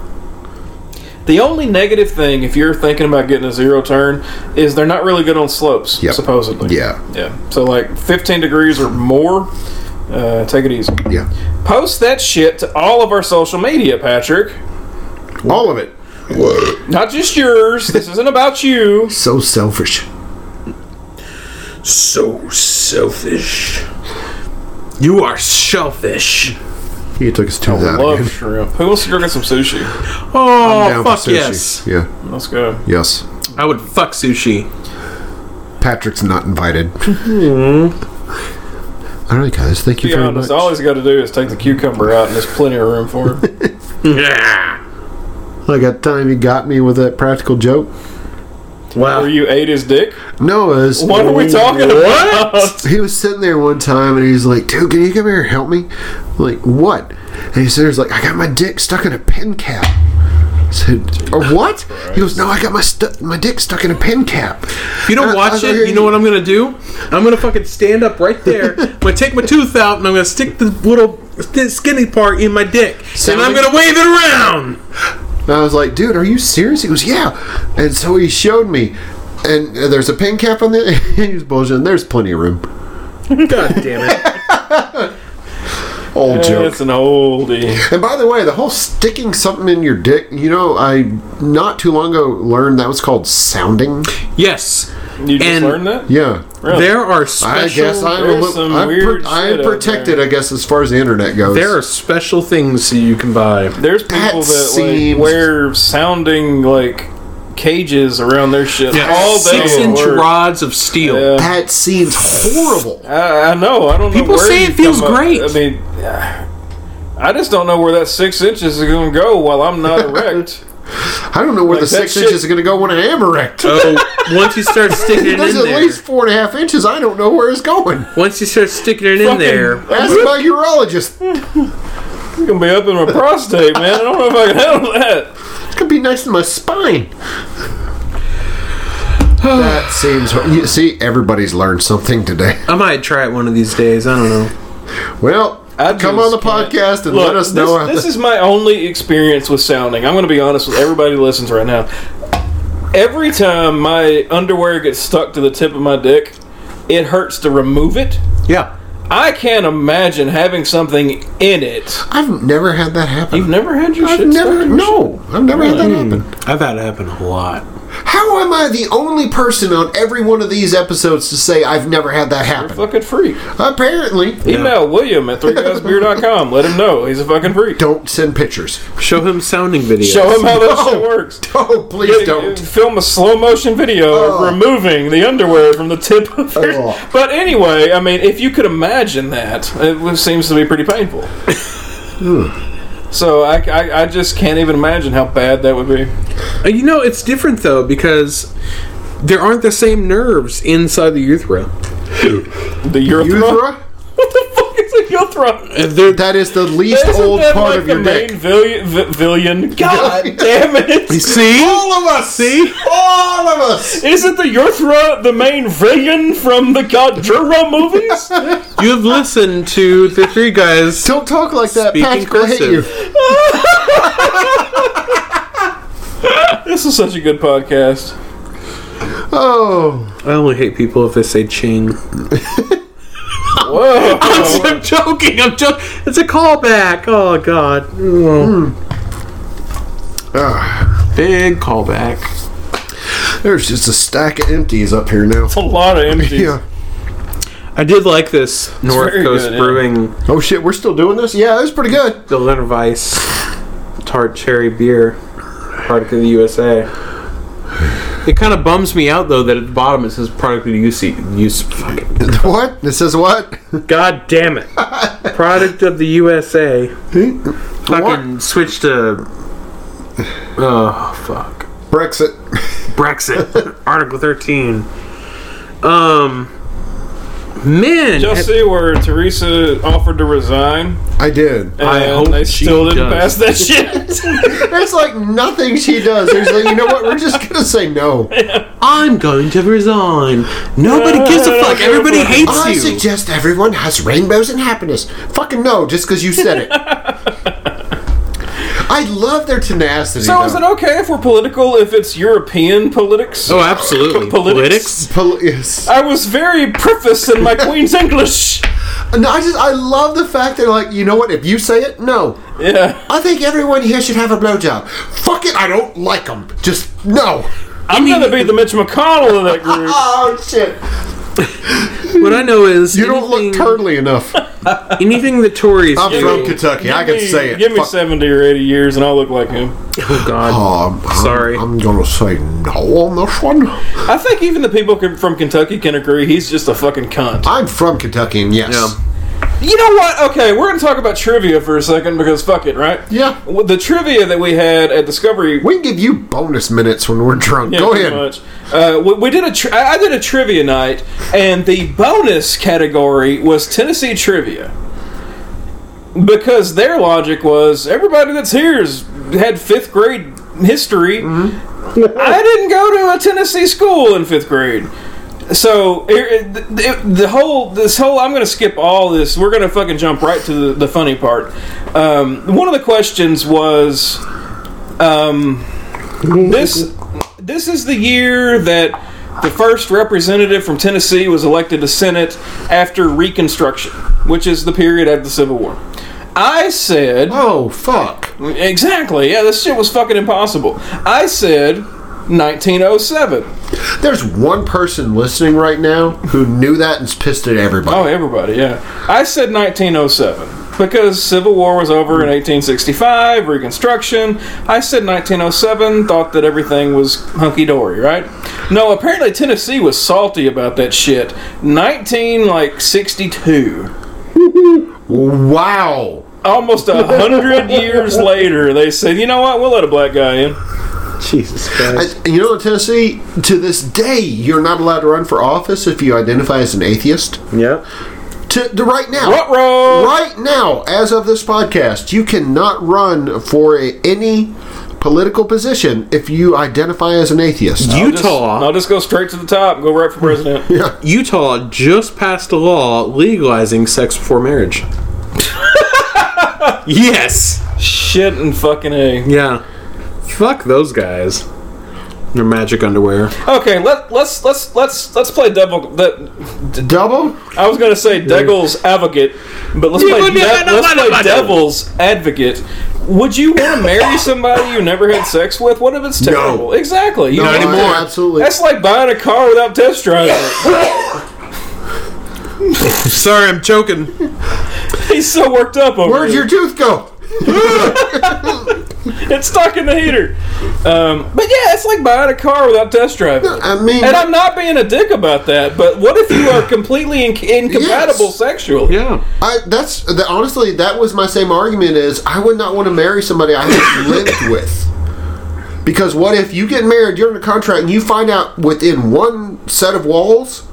S2: The only negative thing, if you're thinking about getting a zero turn, is they're not really good on slopes,
S4: Yep.
S2: supposedly.
S4: Yeah,
S2: Yeah. So, like 15 degrees or more, uh, take it easy.
S4: yeah.
S2: Post that shit to all of our social media, Patrick.
S4: All of it.
S2: Not just yours. This isn't about you.
S4: So selfish.
S1: so selfish. You are selfish.
S4: He took us to that.
S2: Love
S4: again.
S2: shrimp. Who wants to go get some sushi?
S1: Oh
S4: Down for
S1: fuck
S4: sushi.
S1: yes,
S4: Yeah.
S2: Let's go.
S4: Yes.
S1: I would fuck sushi.
S4: Patrick's not invited. Mm-hmm. All right, guys. Thank you
S2: Be
S4: very
S2: honest.
S4: much.
S2: All he's got to do is take the cucumber out, and there's plenty of room for him.
S1: Yeah.
S4: I got time. You got me with that practical joke.
S1: Wow.
S2: Or you ate his dick.
S4: No, it was
S2: What are we talking about?
S4: he was sitting there one time and he's like, dude, can you come here and help me? I'm like, what? And he said, he's like, I got my dick stuck in a pin cap. I said, or what? He goes, no, I got my stu- my dick stuck in a pin cap.
S1: If you don't
S4: I-
S1: watch
S4: I-
S1: it, you know what I'm gonna do? I'm gonna fucking stand up right there. I'm gonna take my tooth out and I'm gonna stick the little sti- skinny part in my dick,
S4: Sound
S1: and I'm
S4: like-
S1: gonna wave it around.
S4: And I was like, dude, are you serious? He goes, yeah. And so he showed me. And uh, there's a pin cap on there. he was bullshitting. There's plenty of room.
S1: God damn it!
S2: Oh,
S4: Old joke.
S2: That's an oldie.
S4: And by the way, the whole sticking something in your dick, you know, I not too long ago learned that was called sounding.
S1: Yes,
S2: You just
S1: And-
S2: learned that?
S4: Yeah.
S2: Really?
S1: there are
S4: I
S1: special.
S4: guess I'm a
S2: there's
S4: little,
S2: some
S4: I'm,
S2: weird
S4: pro- I'm
S2: shit out
S4: protected,
S2: there.
S4: I guess, as far as the internet goes.
S1: there are special things that you can buy.
S2: There's people
S4: That
S2: that,
S4: seems-
S2: like wear sounding like cages around their shit all day.
S1: six
S2: at
S1: inch
S2: work.
S1: rods of steel.
S2: Yeah.
S4: that seems horrible.
S2: I, I know. I don't. know
S1: People
S2: where
S1: say
S2: you
S1: it feels
S2: come up-
S1: great.
S2: I mean, I just don't know where that six inches is going to go while I'm not erect.
S4: I don't know where the
S2: that
S4: six
S2: shit-
S4: inches are going to go when I am erect.
S1: Oh, once you start sticking it
S4: There's
S1: in
S4: at
S1: there,
S4: least four and a half inches. I don't know where it's going.
S1: once you start sticking it in
S2: Fucking-
S1: there,
S4: Ask my urologist.
S2: It's going to be up in my prostate, man. I don't know if I can handle that.
S4: It could be nice in my spine. that seems. hor- You see, everybody's learned something today.
S1: I might try it one of these days. I don't know.
S4: Well,
S2: I
S4: come on
S2: just
S4: the
S2: can't-
S4: podcast and
S2: Look,
S4: let us know.
S2: this,
S4: how
S2: this is my only experience with sounding. I'm going to be honest with everybody who listens right now. Every time my underwear gets stuck to the tip of my dick, it hurts to remove it.
S4: Yeah.
S2: I can't imagine having something in it.
S4: I've never had that happen.
S2: You've never had your
S4: I've
S2: shit Hmm.
S4: never,
S2: stuck to your
S4: no, I've never had that happen.
S1: I've had it happen a lot.
S4: How am I the only person on every one of these episodes to say I've never had that happen?
S2: fucking freak.
S4: Apparently,
S2: Email William at 3guysbeer.com. Let him know he's a fucking freak.
S4: don't send pictures.
S1: Show him sounding videos.
S2: Show him how that
S4: No.
S2: shit works.
S4: Oh, please don't.
S2: Film a slow motion video
S4: Oh.
S2: of removing the underwear from the tip of your.
S4: Oh.
S2: But anyway, I mean, if you could imagine that, it was- seems to be pretty painful.
S4: Hmm.
S2: so I, I, I just can't even imagine how bad that would be.
S1: Uh, You know, it's different though because there aren't the same nerves inside the urethra.
S2: The urethra?
S4: Urethra?
S2: What the fuck is a urethra?
S1: Uh, They're,
S4: That is the least
S2: Isn't
S4: old
S2: that
S4: part
S2: like
S4: of your
S2: the
S4: dick.
S2: main villion? vi- villion? God damn it!
S1: see, all of us see.
S4: All of us.
S2: Isn't the urethra the main villain from the Godzilla movies?
S1: You've listened to the three guys.
S4: Don't talk like that,
S1: Speak
S4: Patrick. will hate you.
S1: inclusive.
S2: this is such a good podcast.
S4: Oh,
S1: I only hate people if they say ching.
S2: Whoa!
S1: I'm joking. I'm joking. It's a callback. Oh god. Big callback.
S4: Ah, there's just a stack of empties up here now.
S2: a lot of empties.
S4: Yeah.
S1: I did like this North
S2: very
S1: Coast
S2: good, yeah.
S1: Brewing
S4: Oh shit, we're still doing this? Yeah, that's pretty good.
S1: the Leonard Weiss tart cherry beer, product of the USA. It kind of bums me out though that at the bottom it says product of the UC. Use, fuck it.
S4: What? This is what?
S1: God damn it! product of the USA. Fucking switch to. Oh fuck.
S4: Brexit.
S1: Brexit, Article 13. Um, man,
S2: Y'all see where Teresa offered to resign,
S4: I did.
S2: and
S1: I hope
S2: they
S1: she
S2: still didn't pass
S1: does.
S2: that shit.
S4: There's like nothing she does. There's like, you know what? We're just gonna say no.
S1: I'm going to resign. Nobody gives a fuck. Everybody hates
S4: I
S1: you.
S4: suggest everyone has rainbows and happiness. Fucking no, just because you said it. I love their tenacity.
S2: so
S4: though.
S2: is it okay if we're political if it's European politics?
S1: oh, absolutely.
S2: Politics?
S4: Pol- yes.
S2: I was very preface in my Queen's English.
S4: No, I just I love the fact that like you know what? If you say it, no.
S2: Yeah.
S4: I think everyone here should have a blowjob. Fuck it, I don't like them. Just no.
S2: I'm gonna be the Mitch McConnell of that group.
S4: Oh shit!
S1: What I know is
S4: You don't look turtly enough.
S1: anything the Tories
S4: I'm
S1: do.
S4: from Kentucky. I can
S2: Give me-
S4: say it.
S2: Give me
S4: Fuck.
S2: seventy or eighty years, and I'll look like him.
S1: Oh, God.
S4: Um, I'm-
S1: Sorry.
S4: I'm gonna say no on this one.
S2: I think even the people can- from Kentucky can agree he's just a fucking cunt.
S4: I'm from Kentucky, and yes.
S1: Yeah.
S2: You know what? Okay, we're gonna talk about trivia for a second because fuck it, right?
S4: Yeah.
S2: Well, The trivia that we had at Discovery.
S4: We can give you bonus minutes when we're drunk.
S2: Yeah,
S4: Go
S2: pretty
S4: ahead.
S2: much. Uh, we, we did a tri- I I did a trivia night, and the bonus category was Tennessee trivia. Because their logic was everybody that's here has had fifth grade history.
S4: Mm-hmm.
S2: I didn't go to a Tennessee school in fifth grade. So it, it, it- the whole this whole I'm going to skip all this. We're going to fucking jump right to the, the funny part. Um, one of the questions was um, this this is the year that the first representative from Tennessee was elected to Senate after Reconstruction, which is the period after the Civil War. I said
S4: Oh fuck!
S2: exactly. Yeah, this shit was fucking impossible. I said 1907.
S4: There's one person listening right now who knew that and's pissed at everybody.
S2: Oh, everybody, yeah. I said 1907 because Civil War was over in 1865, Reconstruction. I said 1907, thought that everything was hunky dory, right? No, apparently Tennessee was salty about that shit. 19 like 62.
S4: Wow!
S2: Almost a hundred years later, they said, "You know what? We'll let a black guy in."
S1: Jesus Christ.
S4: I, you know, in Tennessee, to this day, you're not allowed to run for office if you identify as an atheist.
S1: yeah.
S4: To, to right now,
S2: What roll?
S4: right now, as of this podcast, you cannot run for a, any political position if you identify as an atheist.
S2: I'll just-
S1: Utah.
S2: I'll just go straight to the top and go right for president.
S1: Utah just passed a law legalizing sex before marriage. yes.
S2: Shit and fucking a.
S1: Yeah. Fuck those guys. Their magic underwear.
S2: Okay, let let's let's let's let's play devil. That
S4: Double?
S2: I was gonna say devil's advocate, but let's play de- let's play devil's advocate. Would you want to marry somebody you never had sex with? What if it's terrible? Exactly. You
S4: No,
S2: know,
S4: I-
S1: anymore.
S4: Absolutely.
S2: that's like buying a car without test driving. it.
S1: Sorry, I'm choking.
S2: He's so worked up over
S4: Where'd
S2: it.
S4: your tooth go?
S2: it's stuck in the heater. Um, but yeah, it's like buying a car without test driving. it.
S4: I mean,
S2: And I'm not being a dick about that, but what if you are completely inc incompatible
S4: Yes.
S2: sexually?
S1: Yeah.
S4: I, that's the, honestly that was my same argument. Is I would not want to marry somebody I haven't lived with, because what if you get married, you're in a contract, and you find out within one set of walls,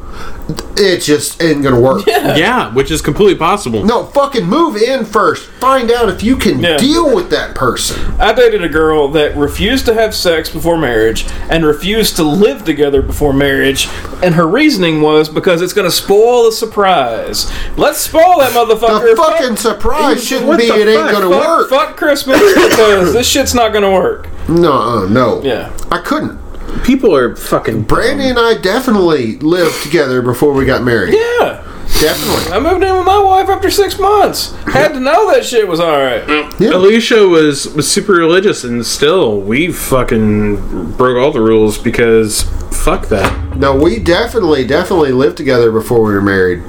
S4: it just ain't gonna work.
S1: Yeah, which is completely possible.
S4: No, fucking move in first. Find out if you can
S2: Yeah.
S4: deal with that person.
S2: I dated a girl that refused to have sex before marriage and refused to live together before marriage, and her reasoning was because it's going to spoil the surprise. Let's spoil that motherfucker.
S4: The fucking surprise shouldn't
S1: what
S4: be
S1: the
S4: it ain't
S1: fuck?
S4: gonna
S2: fuck,
S4: work.
S2: fuck Christmas because this shit's not going to work.
S4: No, uh, no.
S2: Yeah.
S4: I couldn't.
S1: People are fucking.
S4: Brandy and I definitely lived together before we got married.
S2: Yeah.
S4: Definitely.
S2: I moved in with my wife after six months. Had to know that shit was all right.
S1: Alicia was, was super religious, and still, we fucking broke all the rules because fuck that.
S4: No, we definitely, definitely lived together before we were married.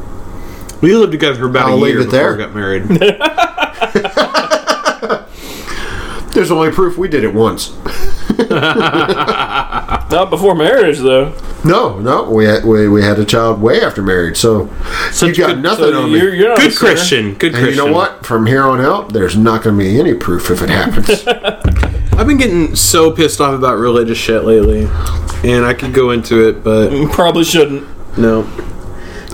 S1: We lived together for about
S4: I'll
S1: a
S4: leave
S1: year
S4: it
S1: before
S4: there.
S1: we got married.
S4: There's only proof we did it once.
S2: Not before marriage, though.
S4: No, no, we had, we, we had a child way after marriage, so you got
S1: good-
S4: nothing
S2: So
S4: on
S2: you're,
S4: me.
S2: you're not a
S1: good
S2: sinner.
S1: Christian. Good
S4: And
S1: Christian.
S4: you know what? From here on out, there's not going to be any proof if it happens.
S1: I've been getting so pissed off about religious shit lately, and I could go into it, but
S2: Probably shouldn't.
S1: no.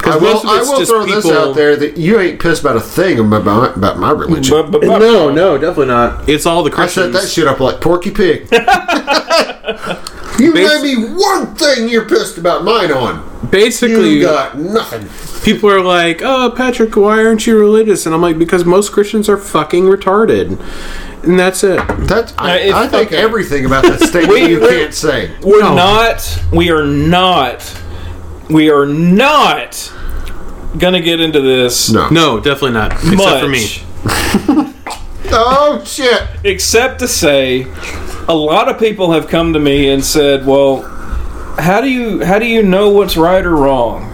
S4: I
S1: Because
S4: will, I will throw this out there that you ain't pissed about a thing about, about my religion.
S2: But, but, but-
S1: No, no, definitely not. It's all the
S4: I set
S1: Christians.
S4: that shit up like Porky Pig.
S1: Basi-
S4: you gave me one thing you're pissed about mine on.
S1: Basically,
S4: You got nothing.
S1: people are like, "Oh, Patrick, why aren't you religious?" And I'm like, "Because most Christians are fucking retarded." And that's it.
S4: That's I,
S2: it's-
S4: I think
S2: okay.
S4: everything about that statement
S2: We-
S4: you
S2: we-
S4: can't say.
S2: We're
S1: No.
S2: not. We are not. We are not gonna get into this.
S4: No.
S1: No, definitely not. Except
S2: much,
S1: for me.
S4: Oh shit.
S2: Except to say, a lot of people have come to me and said, "Well, how do you how do you know what's right or wrong?"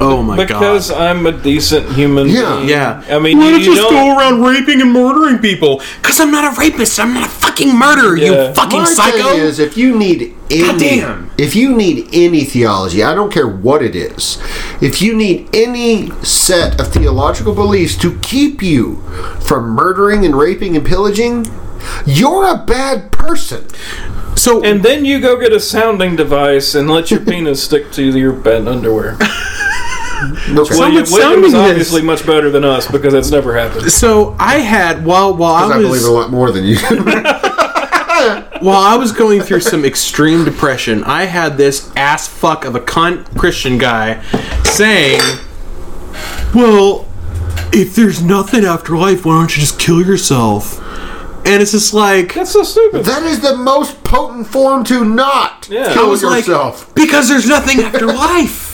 S1: Oh my
S2: Because
S1: god.
S2: I'm a decent human.
S4: Yeah.
S2: being.
S1: Yeah.
S2: I mean,
S1: why
S2: you,
S1: don't you
S2: you
S1: just
S2: don't.
S1: go around raping and murdering people?
S6: Because I'm not a rapist. I'm not a fucking murderer,
S2: Yeah.
S6: you fucking
S4: My
S6: psycho.
S4: thing is, if you need any,
S6: Goddamn.
S4: if you need any theology, I don't care what it is, if you need any set of theological beliefs to keep you from murdering and raping and pillaging, you're a bad person.
S1: So
S2: and then you go get a sounding device and let your penis stick to your bed underwear. Well, you,
S4: Okay.
S1: Someone
S2: William
S1: sounding
S2: is
S1: this.
S2: obviously much better than us because that's never happened.
S1: so I had while while I
S4: I
S1: was
S4: believe a lot more than you.
S1: while I was going through some extreme depression, I had this ass fuck of a cunt Christian guy saying, Well, if there's nothing after life, why don't you just kill yourself? And it's just like,
S2: That's so stupid.
S4: that is the most potent form to not
S2: Yeah. I
S4: kill
S1: was like-
S4: yourself.
S1: because there's nothing after life.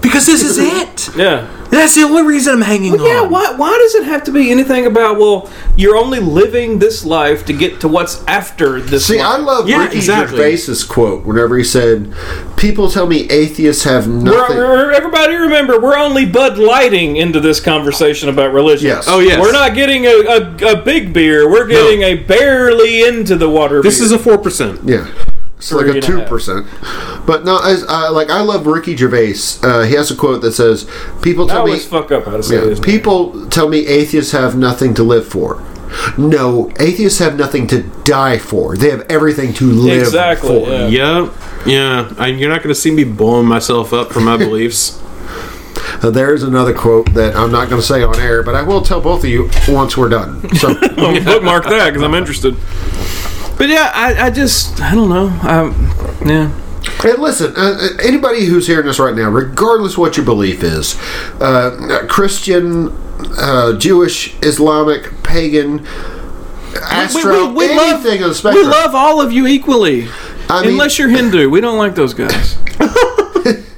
S1: Because this is it.
S2: yeah.
S1: That's the only reason I'm hanging
S2: Well, yeah,
S4: Um,
S1: on.
S2: why, why does it have to be anything about, well, you're only living this life to get to what's after this
S4: See, I
S2: life?
S4: love
S1: Yeah,
S4: Ricky
S1: exactly.
S4: Gervais's quote whenever he said, "People tell me atheists have
S2: We're-
S4: nothing."
S2: we're- everybody remember, we're only Bud Lighting into this conversation about religion.
S4: Yes.
S1: Oh, yes.
S2: We're not getting a, a, a big beer. We're getting a barely into the water
S1: This
S2: beer.
S1: is a 4%.
S4: Yeah. It's like
S2: Three
S4: a
S2: and a
S4: two
S2: half.
S4: percent, but no, I, I like I love Ricky Gervais. Uh, he has a quote that says, "People
S2: I
S4: tell me,
S2: always fuck up how to say
S4: yeah,
S2: this.
S4: people tell me atheists have nothing to live for. No, atheists have nothing to die for. They have everything to live
S2: Exactly.
S4: for.
S2: yeah.
S1: Yeah, yeah. I, you're not going to see me blowing myself up for my beliefs.
S4: Uh, there is another quote that I'm not going to say on air, but I will tell both of you once we're done. So,
S2: I'll bookmark that because I'm interested.
S5: But yeah, I, I just I don't know. I, yeah,
S4: and listen, uh, uh, anybody who's hearing this right now, regardless what your belief is, uh, Christian, uh, Jewish, Islamic, pagan. Astro,
S5: we, we, we
S4: anything
S5: love
S4: on the spectrum.
S5: we love all of you equally.
S4: I mean,
S2: Unless you're Hindu, we don't like those guys.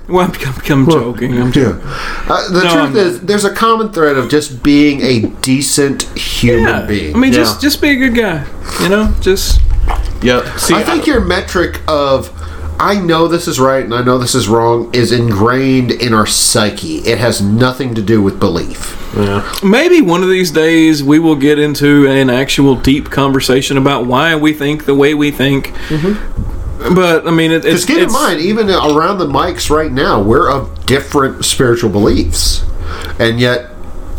S2: well, I'm, I'm, I'm joking. I'm joking.
S4: yeah. Uh, the
S2: No, I'm-
S4: truth is, there's a common thread of just being a decent human
S2: Yeah.
S4: being.
S2: I mean,
S1: Yeah.
S2: just just be a good guy. You know, just
S1: Yep. See,
S4: I think your metric of I know this is right and I know this is wrong is ingrained in our psyche. It has nothing to do with belief.
S2: maybe one of these days we will get into an actual deep conversation about why we think the way we think. But I mean, it, it's
S4: Because Mm-hmm. keep in
S2: it's-
S4: mind, even around the mics right now, we're of different spiritual beliefs, and yet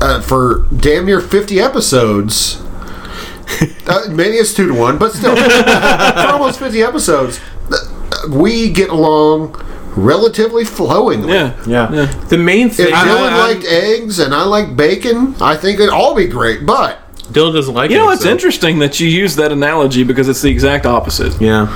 S4: uh, for damn near fifty episodes. Uh, maybe it's two to one, but still, for almost fifty episodes, uh, we get along relatively flowingly.
S2: Yeah,
S1: yeah. The main
S4: If
S1: thing.
S4: Dylan
S1: I- I-
S4: liked eggs and I like bacon, I think it'd all be great. But
S1: Dylan doesn't like.
S2: You
S1: it,
S2: know, it's
S1: so-
S2: interesting that you use that analogy because it's the exact opposite.
S1: Yeah.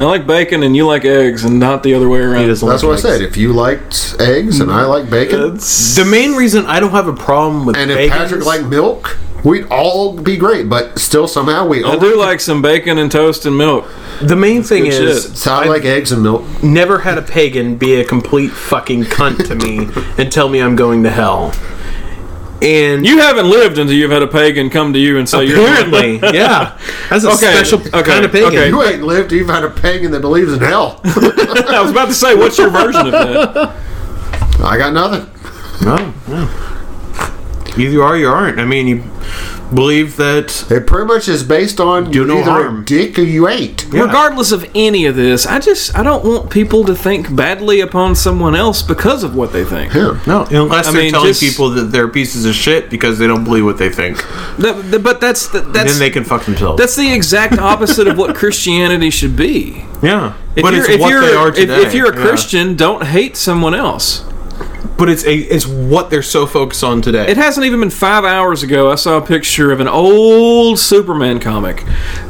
S2: I like bacon and you like eggs, and not the other way
S1: He
S2: around.
S1: doesn't
S4: that's
S1: like
S4: what I
S1: eggs.
S4: said. If you liked eggs and I like bacon,
S2: That's-
S1: The main reason I don't have a problem with
S4: and if
S1: bacon
S4: Patrick
S1: is-
S4: liked milk, we'd all be great. But still, somehow we
S2: I
S4: over-
S2: do like some bacon and toast and milk.
S1: the main thing
S2: good
S1: is
S2: shit.
S4: So I like eggs and milk.
S1: never had a pagan be a complete fucking cunt to me and tell me I'm going to hell. And
S2: You haven't lived until you've had a pagan come to you and say
S1: apparently, yeah, that's a
S2: Okay,
S1: special
S2: okay,
S1: kind of pagan.
S2: okay.
S4: You ain't lived. You've had a pagan that believes in hell.
S2: you're. I was about to say, what's your version of that?
S4: I got nothing.
S1: No, no. Oh, Either you are, or you aren't. I mean, you believe that.
S4: It pretty much is based on
S1: Do no
S4: either
S1: harm.
S4: a dick or you ain't.
S1: Yeah.
S2: Regardless of any of this, I just I don't want people to think badly upon someone else because of what they think.
S4: Yeah.
S1: No, unless
S2: I
S1: they're
S2: mean,
S1: telling
S2: just-
S1: people that they're pieces of shit because they don't believe what they think,
S2: That- that- but that's the, that's
S1: then they can fuck themselves.
S2: that's the exact opposite of what Christianity should be.
S1: yeah,
S2: If
S1: but
S2: you're,
S1: it's
S2: if
S1: what
S2: you're,
S1: they are
S2: if- if
S1: today.
S2: you're a
S1: Yeah.
S2: Christian, don't hate someone else.
S1: but it's a, it's what they're so focused on today.
S2: It hasn't even been five hours ago. I saw a picture of an old Superman comic,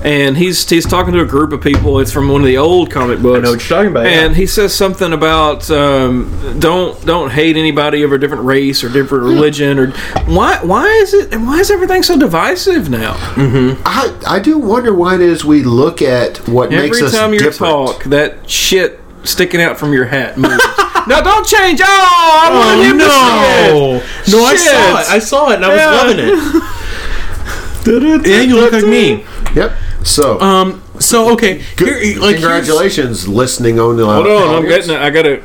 S2: and he's he's talking to a group of people. It's from one of the old comic books.
S1: know what you're talking about, yeah.
S2: And he says something about um, don't don't hate anybody of a different race or different religion or why why is it and why is everything so divisive now?
S4: I, I do wonder why it is we look at what makes
S2: Every
S4: us
S2: time you
S4: different.
S2: talk, that shit sticking out from your hat moves. no, don't change. Oh, I want him to see it.
S1: no, no, I saw
S2: Shit.
S1: it. I saw it, and I
S2: Yeah.
S1: was loving it. yeah, you look like me.
S4: Yep. So
S1: Um. So okay,
S4: good-
S1: here, like, here's-
S4: congratulations, listening on the
S2: Hold on, I'm getting it. I got to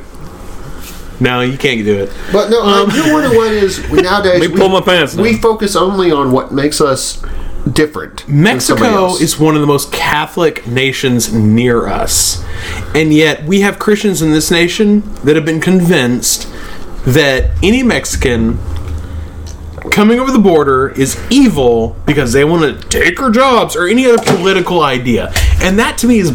S1: No, you can't do it.
S4: But no, I do wonder what is we- nowadays.
S2: Um, Let me pull my pants down.
S4: We focus only on what makes us different. than somebody
S1: Mexico
S4: else.
S1: is one of the most Catholic nations near us. And yet, we have Christians in this nation that have been convinced that any Mexican coming over the border is evil because they want to take our jobs or any other political idea. And that to me is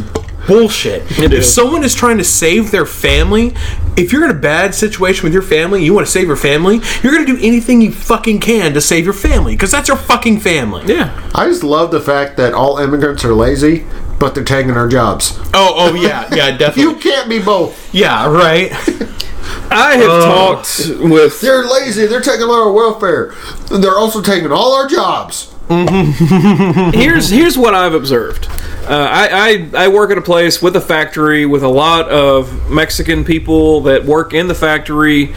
S1: bullshit. if
S2: is.
S1: someone is trying to save their family, if you're in a bad situation with your family, you want to save your family, you're going to do anything you fucking can to save your family because that's your fucking family.
S2: yeah.
S4: I just love the fact that all immigrants are lazy, but they're taking our jobs.
S1: Oh, oh yeah, yeah,
S4: You
S1: definitely.
S4: can't be both.
S1: yeah, right.
S2: I have
S1: Uh,
S2: talked with
S4: They're lazy. They're taking all our welfare. They're also taking all our jobs.
S2: here's here's what I've observed. Uh, I, I I work at a place with a factory with a lot of Mexican people that work in the factory.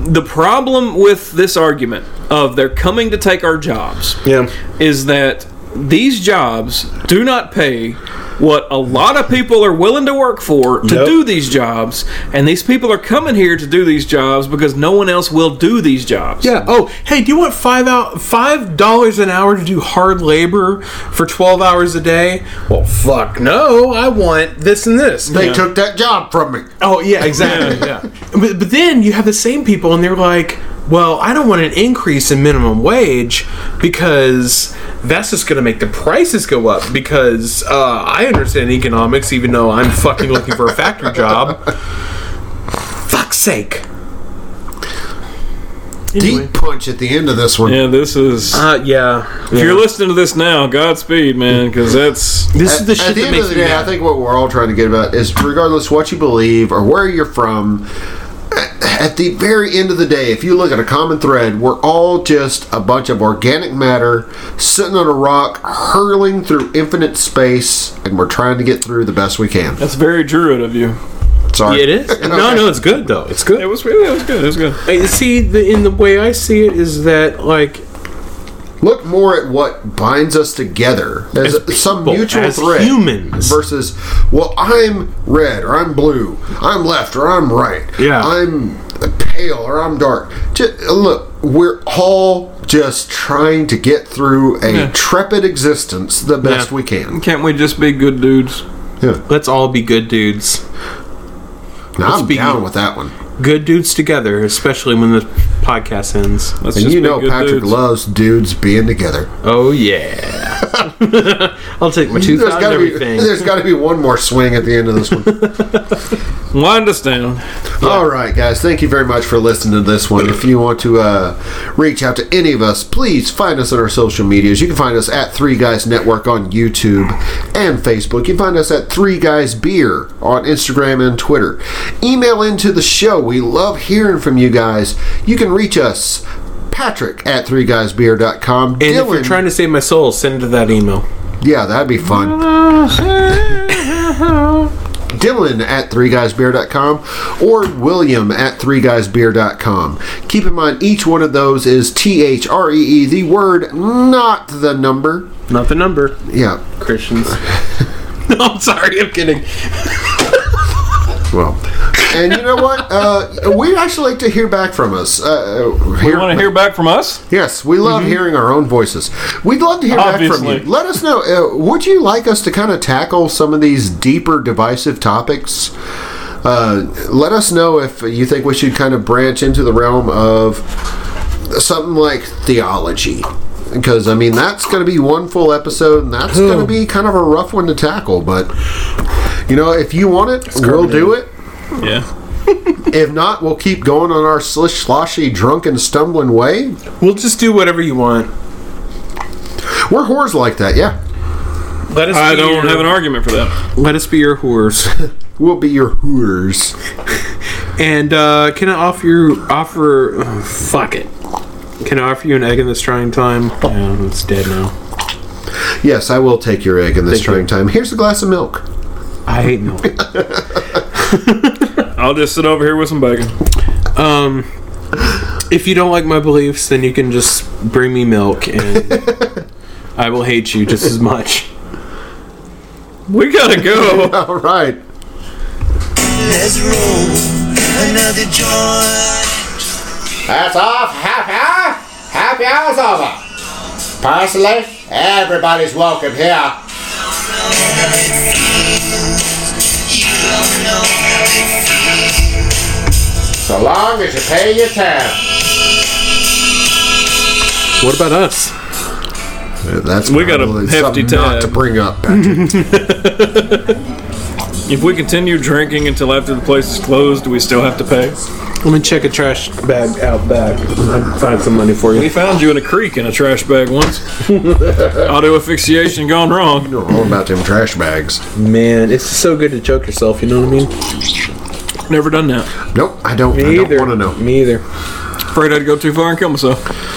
S2: The problem with this argument of they're coming to take our jobs
S1: Yeah.
S2: is that these jobs do not pay what a lot of people are willing to work for to
S1: Nope.
S2: do these jobs and these people are coming here to do these jobs because no one else will do these jobs
S1: Yeah. Oh, hey, do you want five out five dollars an hour to do hard labor for twelve hours a day? Well, fuck no. I want this and this.
S4: They took that job from me.
S1: Oh yeah, exactly. yeah. But, but then you have the same people, and they're like, "Well, I don't want an increase in minimum wage because that's just going to make the prices go up." Because uh, I understand economics, even though I'm fucking looking for a factory job. Fuck's sake.
S4: Deep punch at the end of this one.
S2: yeah this is
S1: Uh, yeah.
S2: If you're listening to this now, Godspeed, man, because that's
S1: This is
S4: At-
S1: the
S4: at
S1: shit
S4: the
S1: that
S4: end
S1: makes
S4: of the
S1: me
S4: day,
S1: mad.
S4: I think what we're all trying to get about is regardless what you believe or where you're from, at the very end of the day, if you look at a common thread, we're all just a bunch of organic matter sitting on a rock, hurling through infinite space, and we're trying to get through the best we can.
S2: That's very druid of you.
S4: Sorry.
S1: It is. No, no, it's good though. It's
S2: It
S1: good.
S2: was really, it was good. It was good.
S1: I- See, the, in the way I see it, is that like
S4: Look more at what binds us together as,
S1: As
S4: some
S1: people,
S4: mutual
S1: as
S4: thread.
S1: humans.
S4: versus, well, I'm red or I'm blue, I'm left or I'm right,
S1: Yeah.
S4: I'm pale or I'm dark. Just, look, we're all just trying to get through a trepid existence the best
S1: Yeah.
S4: we can.
S5: Can't we just be good dudes?
S1: let's all be good dudes.
S4: Now, I'm
S1: be-
S4: down with that one.
S1: Good dudes together, especially when the podcast ends.
S2: Let's
S4: And
S2: just be
S4: you know,
S2: good
S4: Patrick
S2: dudes.
S4: loves dudes being together.
S1: Oh yeah. I'll take my tooth
S4: There's
S1: out and
S4: got to be
S1: everything.
S4: there's got to be one more swing at the end of this one.
S2: Wind us down.
S4: All right, guys. Thank you very much for listening to this one. If you want to uh, reach out to any of us, please find us on our social medias. You can find us at Three Guys Network on YouTube and Facebook. You can find us at Three Guys Beer on Instagram and Twitter. Email into the show. We love hearing from you guys. You can reach us, Patrick at Three ThreeGuysBeer.com.
S1: and if you're trying to save my soul, send it to that email.
S4: Yeah, that'd be fun. Dylan at 3guysbeer.com or William at 3guysbeer.com. Keep in mind, each one of those is T H R E E, the word, not the number.
S1: Not the number,
S4: Yeah,
S1: Christians. no, I'm sorry. I'm kidding.
S4: well. And you know what? Uh, we'd actually like to hear back from us. Uh,
S2: You want to hear back from us?
S4: Yes, we love hearing our own voices. We'd love to hear back
S2: Obviously.
S4: from you. Let us know. Uh, would you like us to kind of tackle some of these deeper, divisive topics? Uh, let us know if you think we should kind of branch into the realm of something like theology. Because, I mean, that's going to be one full episode, and that's going to be kind of a rough one to tackle. But, you know, if you want it, we'll do it.
S2: Yeah.
S4: If not, we'll keep going on our slish, sloshy, drunken, stumbling way.
S1: We'll just do whatever you want.
S4: We're whores like that, yeah.
S1: Let us.
S2: I
S1: be
S2: don't
S1: your-
S2: have an argument for that.
S1: Let us be your whores.
S4: We'll be your hooters.
S1: And uh, can I offer you offer? oh, fuck it. Can I offer you an egg in this trying time? Yeah, it's dead now.
S4: Yes, I will take your egg in this trying time. Here's a glass of milk.
S1: I hate milk.
S2: I'll just sit over here with some bacon.
S1: Um, if you don't like my beliefs, then you can just bring me milk, and I will hate you just as much.
S2: We gotta go.
S4: All right.
S7: Let's roll another joint.
S3: That's off, half hour. Happy hour's over. Personally, everybody's welcome here.
S7: You don't know how it feels.
S3: So long as you pay your tab.
S1: What about us?
S4: That's
S2: We got a
S4: probably
S2: hefty
S4: something not
S2: tab.
S4: to bring up. Patrick.
S2: If we continue drinking until after the place is closed, do we still have to pay?
S1: Let me check a trash bag out back. I'll find some money for
S2: We
S1: you.
S2: found you in a creek in a trash bag once. Auto asphyxiation gone wrong.
S4: You're all about them trash bags.
S1: Man, it's so good to choke yourself. You know what I mean?
S2: Never done that.
S4: Nope, I don't. I don't want to know.
S1: Me either.
S2: Afraid I'd go too far and kill myself.